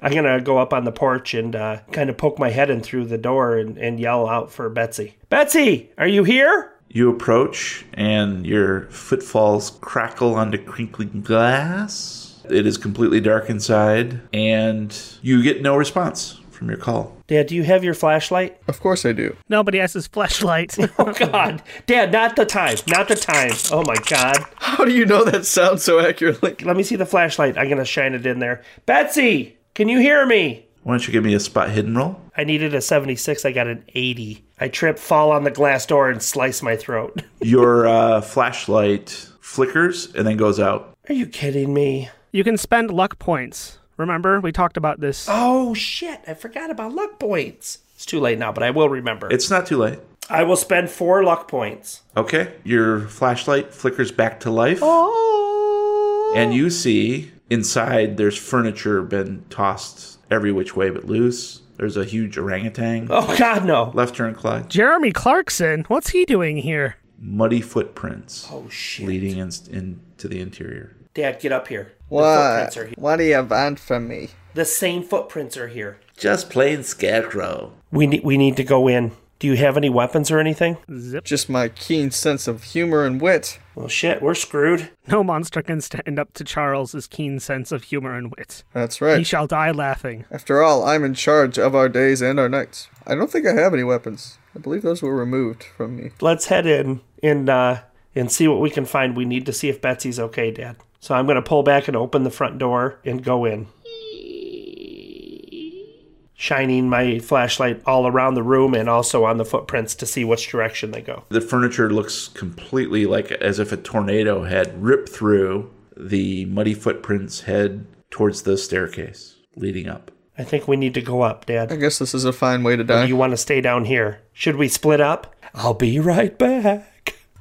I'm gonna go up on the porch and uh, kind of poke my head in through the door and, and yell out for Betsy. Betsy, are you here? you approach, and your footfalls crackle onto crinkling glass. It is completely dark inside, and you get no response from your call. Dad, do you have your flashlight? Of course I do. Nobody has his flashlight. Oh God, Dad, not the time, not the time. Oh my God. How do you know that sounds so accurately? Let me see the flashlight. I'm gonna shine it in there. Betsy, can you hear me? Why don't you give me a spot hidden roll? I needed a 76. I got an 80. I trip, fall on the glass door, and slice my throat. Your uh, flashlight flickers and then goes out. Are you kidding me? you can spend luck points. Remember, we talked about this. Oh shit! I forgot about luck points. It's too late now, but I will remember. It's not too late. I will spend four luck points. Okay, your flashlight flickers back to life. And you see inside there's furniture been tossed every which way but loose. There's a huge orangutan. Oh God, no! Left turn Clyde. Jeremy Clarkson, what's he doing here? Muddy footprints Oh shit! leading in, into the interior. Dad, get up here. The What? footprints are here. What do you want from me? The same footprints are here. Just plain scarecrow. We need. We need to go in. Do you have any weapons or anything? Just my keen sense of humor and wit. Well, shit, we're screwed. No monster can stand up to Charles's keen sense of humor and wit. That's He right. shall die laughing. After all, I'm in charge of our days and our nights. I don't think I have any weapons. I believe those were removed from me. Let's head in and uh, and see what we can find. We need to see if Betsy's okay, Dad. So I'm gonna pull back and open the front door and go in. Shining my flashlight all around the room and also on the footprints to see which direction they go. The furniture looks completely like as if a tornado had ripped through. The muddy footprints head towards the staircase leading up. I think we need to go up, I Dad. guess this is a fine way to You die. want to stay down here? Should we split up? I'll be right back.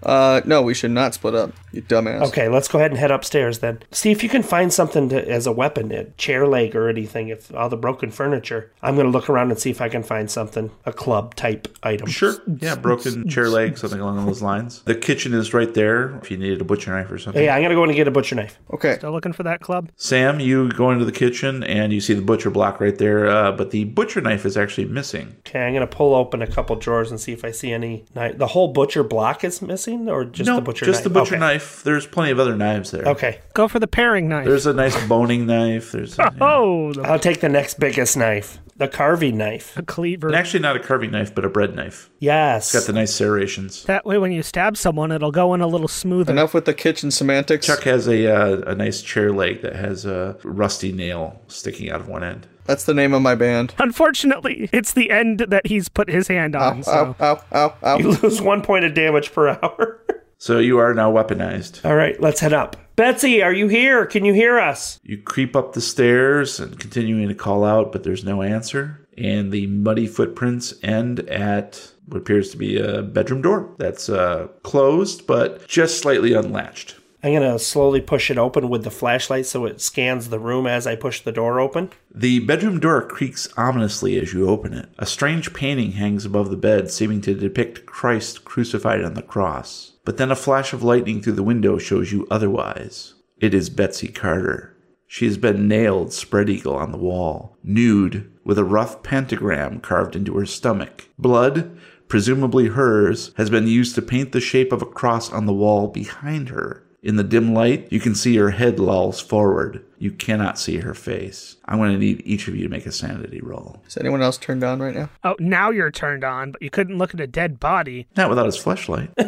Uh, no, we should not split up, you dumbass. Okay, let's go ahead and head upstairs then. See if you can find something to, as a weapon, a chair leg or anything, if all the broken furniture. I'm going to look around and see if I can find something, a club type item. Sure. Yeah, broken chair leg, something along those lines. The kitchen is right there if you needed a butcher knife or something. Yeah, I'm going to go in and get a butcher knife. Okay. Still looking for that club? Sam, you go into the kitchen and you see the butcher block right there, uh, but the butcher knife is actually missing. Okay, I'm going to pull open a couple drawers and see if I see any knife. The whole butcher block is missing or just no, the butcher just knife? the butcher Okay. knife. There's plenty of other knives there. Okay, Go for the paring knife. There's a nice boning knife. There's a, oh, the I'll take the next biggest knife, the carving knife. cleaver. actually not a carving knife, but a bread knife. Yes. Got the nice serrations. that way, when you stab someone, it'll go in a little smoother. Enough with the kitchen semantics. Chuck has a uh, a nice chair leg that has a rusty nail sticking out of one end. That's the name of my band. Unfortunately, it's the end that he's put his hand on. so. Ow, ow, ow, ow. you lose one point of damage per hour. So you are now weaponized. All right, let's head up. Betsy, are you here? Can you hear us? You creep up the stairs and continuing to call out, but there's no answer. And the muddy footprints end at what appears to be a bedroom door that's uh, closed but just slightly unlatched. I'm going to slowly push it open with the flashlight so it scans the room as I push the door open. The bedroom door creaks ominously as you open it. A strange painting hangs above the bed, seeming to depict Christ crucified on the cross. But then a flash of lightning through the window shows you otherwise. It is Betsy Carter. She has been nailed spread eagle on the wall, nude, with a rough pentagram carved into her stomach. Blood, presumably hers, has been used to paint the shape of a cross on the wall behind her. In the dim light, you can see her head lolls forward. You cannot see her face. I'm going to need each of you to make a sanity roll. Is anyone else turned on right now? Oh, now you're turned on, but you couldn't look at a dead body. Not without his flashlight.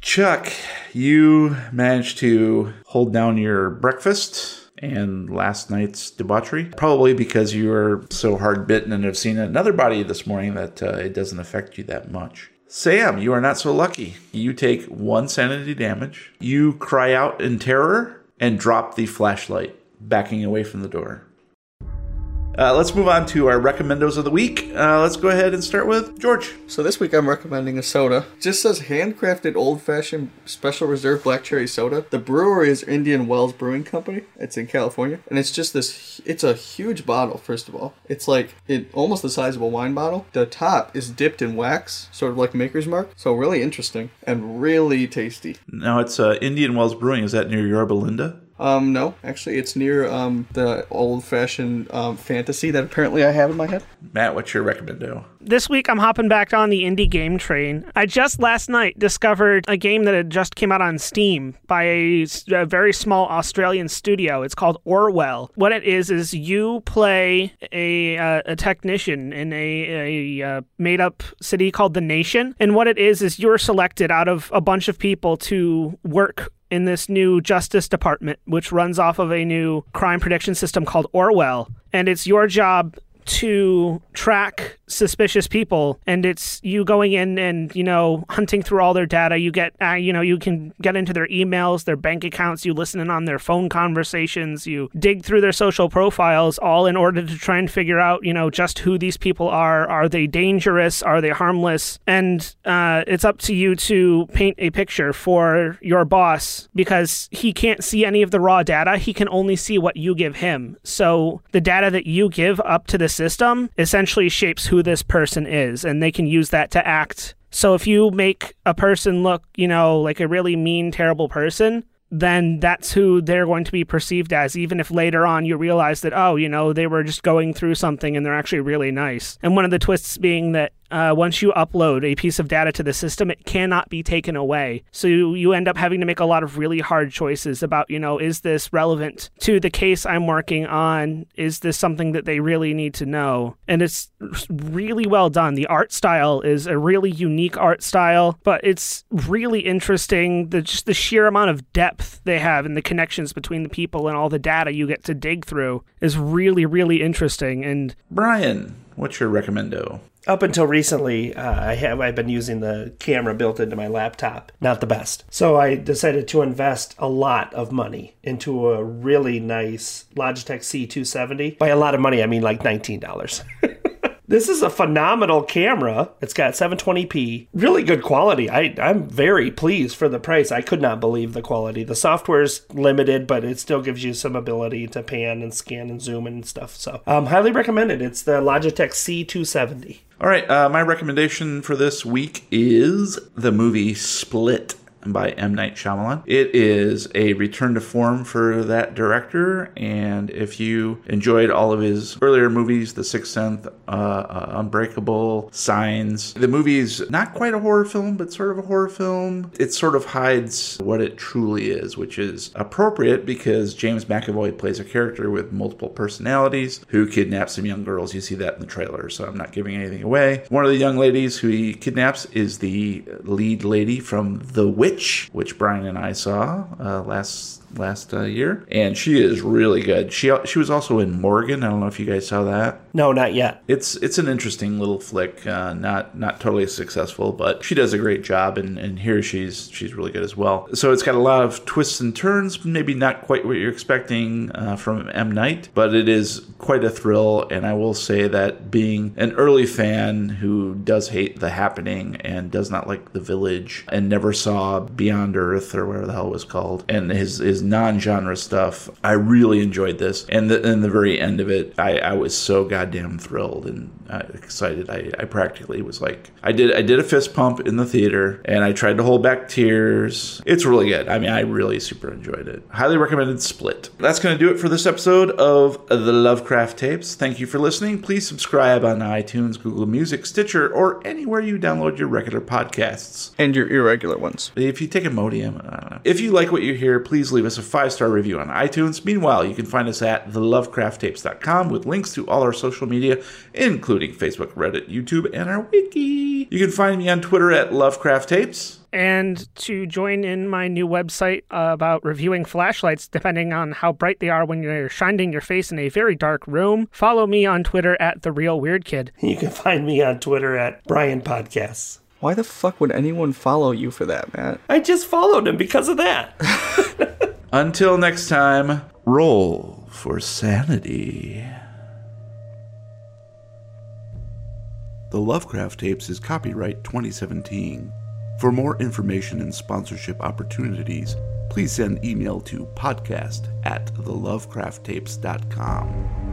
Chuck, you managed to hold down your breakfast and last night's debauchery, probably because you were so hard bitten and have seen another body this morning that uh, it doesn't affect you that much. Sam, you are not so lucky. You take one sanity damage. You cry out in terror and drop the flashlight, backing away from the door. Uh, let's move on to our recommendos of the week. Uh, let's go ahead and start with George. So this week I'm recommending a soda. It just says handcrafted old fashioned special reserve black cherry soda. The brewery is Indian Wells Brewing Company. It's in California. And it's just this it's a huge bottle, first of all. It's like it almost the size of a wine bottle. The top is dipped in wax, sort of like Maker's Mark. So really interesting and really tasty. No, it's uh, Indian Wells Brewing. Is that near Yorba Linda? Um no, actually it's near um the old fashioned um fantasy that apparently I have in my head. Matt, what's your recommendo? This week, I'm hopping back on the indie game train. I just last night discovered a game that had just came out on Steam by a, s- a very small Australian studio. It's called Orwell. What it is is you play a uh, a technician in a, a uh, made up city called the Nation, and what it is is you're selected out of a bunch of people to work in this new Justice Department, which runs off of a new crime prediction system called Orwell. And it's your job to track suspicious people and it's you going in and you know hunting through all their data you get uh, you know you can get into their emails their bank accounts you listen in on their phone conversations you dig through their social profiles all in order to try and figure out you know just who these people are are they dangerous are they harmless and uh, it's up to you to paint a picture for your boss because he can't see any of the raw data he can only see what you give him so the data that you give up to the system essentially shapes who this person is, and they can use that to act. So if you make a person look, you know, like a really mean, terrible person, then that's who they're going to be perceived as, even if later on you realize that, oh, you know, they were just going through something and they're actually really nice. And one of the twists being that uh, once you upload a piece of data to the system, it cannot be taken away. So you, you end up having to make a lot of really hard choices about, you know, is this relevant to the case I'm working on? Is this something that they really need to know? And it's really well done. The art style is a really unique art style, but it's really interesting. The, just the sheer amount of depth they have and the connections between the people and all the data you get to dig through is really, really interesting. And Brian, what's your recommendo? Up until recently, uh, I have I've been using the camera built into my laptop. Not the best, so I decided to invest a lot of money into a really nice Logitech C270. By a lot of money, I mean like nineteen dollars. This is a phenomenal camera. It's got 720p, really good quality. I, I'm very pleased for the price. I could not believe the quality. The software's limited, but it still gives you some ability to pan and scan and zoom and stuff. So, um, highly recommended. It's the Logitech C270. All right, uh, my recommendation for this week is the movie Split by M. Night Shyamalan. It is a return to form for that director, and if you enjoyed all of his earlier movies, The Sixth Sense, uh, uh, Unbreakable, Signs, the movie is not quite a horror film, but sort of a horror film. It sort of hides what it truly is, which is appropriate because James McAvoy plays a character with multiple personalities who kidnaps some young girls. You see that in the trailer, so I'm not giving anything away. One of the young ladies who he kidnaps is the lead lady from The Witch which Brian and I saw uh, last last uh, year, and she is really good. She she was also in Morgan. I don't know if you guys saw that. No, not yet. It's it's an interesting little flick. Uh, not not totally successful, but she does a great job, and, and here she's she's really good as well. So it's got a lot of twists and turns. Maybe not quite what you're expecting uh, from M Night, but it is quite a thrill. And I will say that being an early fan who does hate The Happening and does not like The Village and never saw Beyond Earth or whatever the hell it was called, and his his non-genre stuff, I really enjoyed this. And the, and the very end of it, I, I was so goddamn thrilled and uh, excited. I, I practically was like, I did I did a fist pump in the theater, and I tried to hold back tears. It's really good. I mean, I really super enjoyed it. Highly recommended. Split. That's gonna do it for this episode of the Lovecraft Tapes. Thank you for listening. Please subscribe on iTunes, Google Music, Stitcher, or anywhere you download your regular podcasts. And your irregular ones. If you take Imodium, I don't know. If you like what you hear, please leave us a five star review on iTunes. Meanwhile, you can find us at thelovecrafttapes.com with links to all our social media, including Facebook, Reddit, YouTube, and our wiki. You can find me on Twitter at Lovecraft Tapes. and to join in my new website uh, about reviewing flashlights depending on how bright they are when you're shining your face in a very dark room follow me on twitter at the real weird kid You can find me on Twitter at Brian Podcasts. Why the fuck would anyone follow you for that, Matt? I just followed him because of that. Until next time, roll for sanity. The Lovecraft Tapes is copyright 2017. For more information and sponsorship opportunities, please send email to podcast at thelovecrafttapes.com.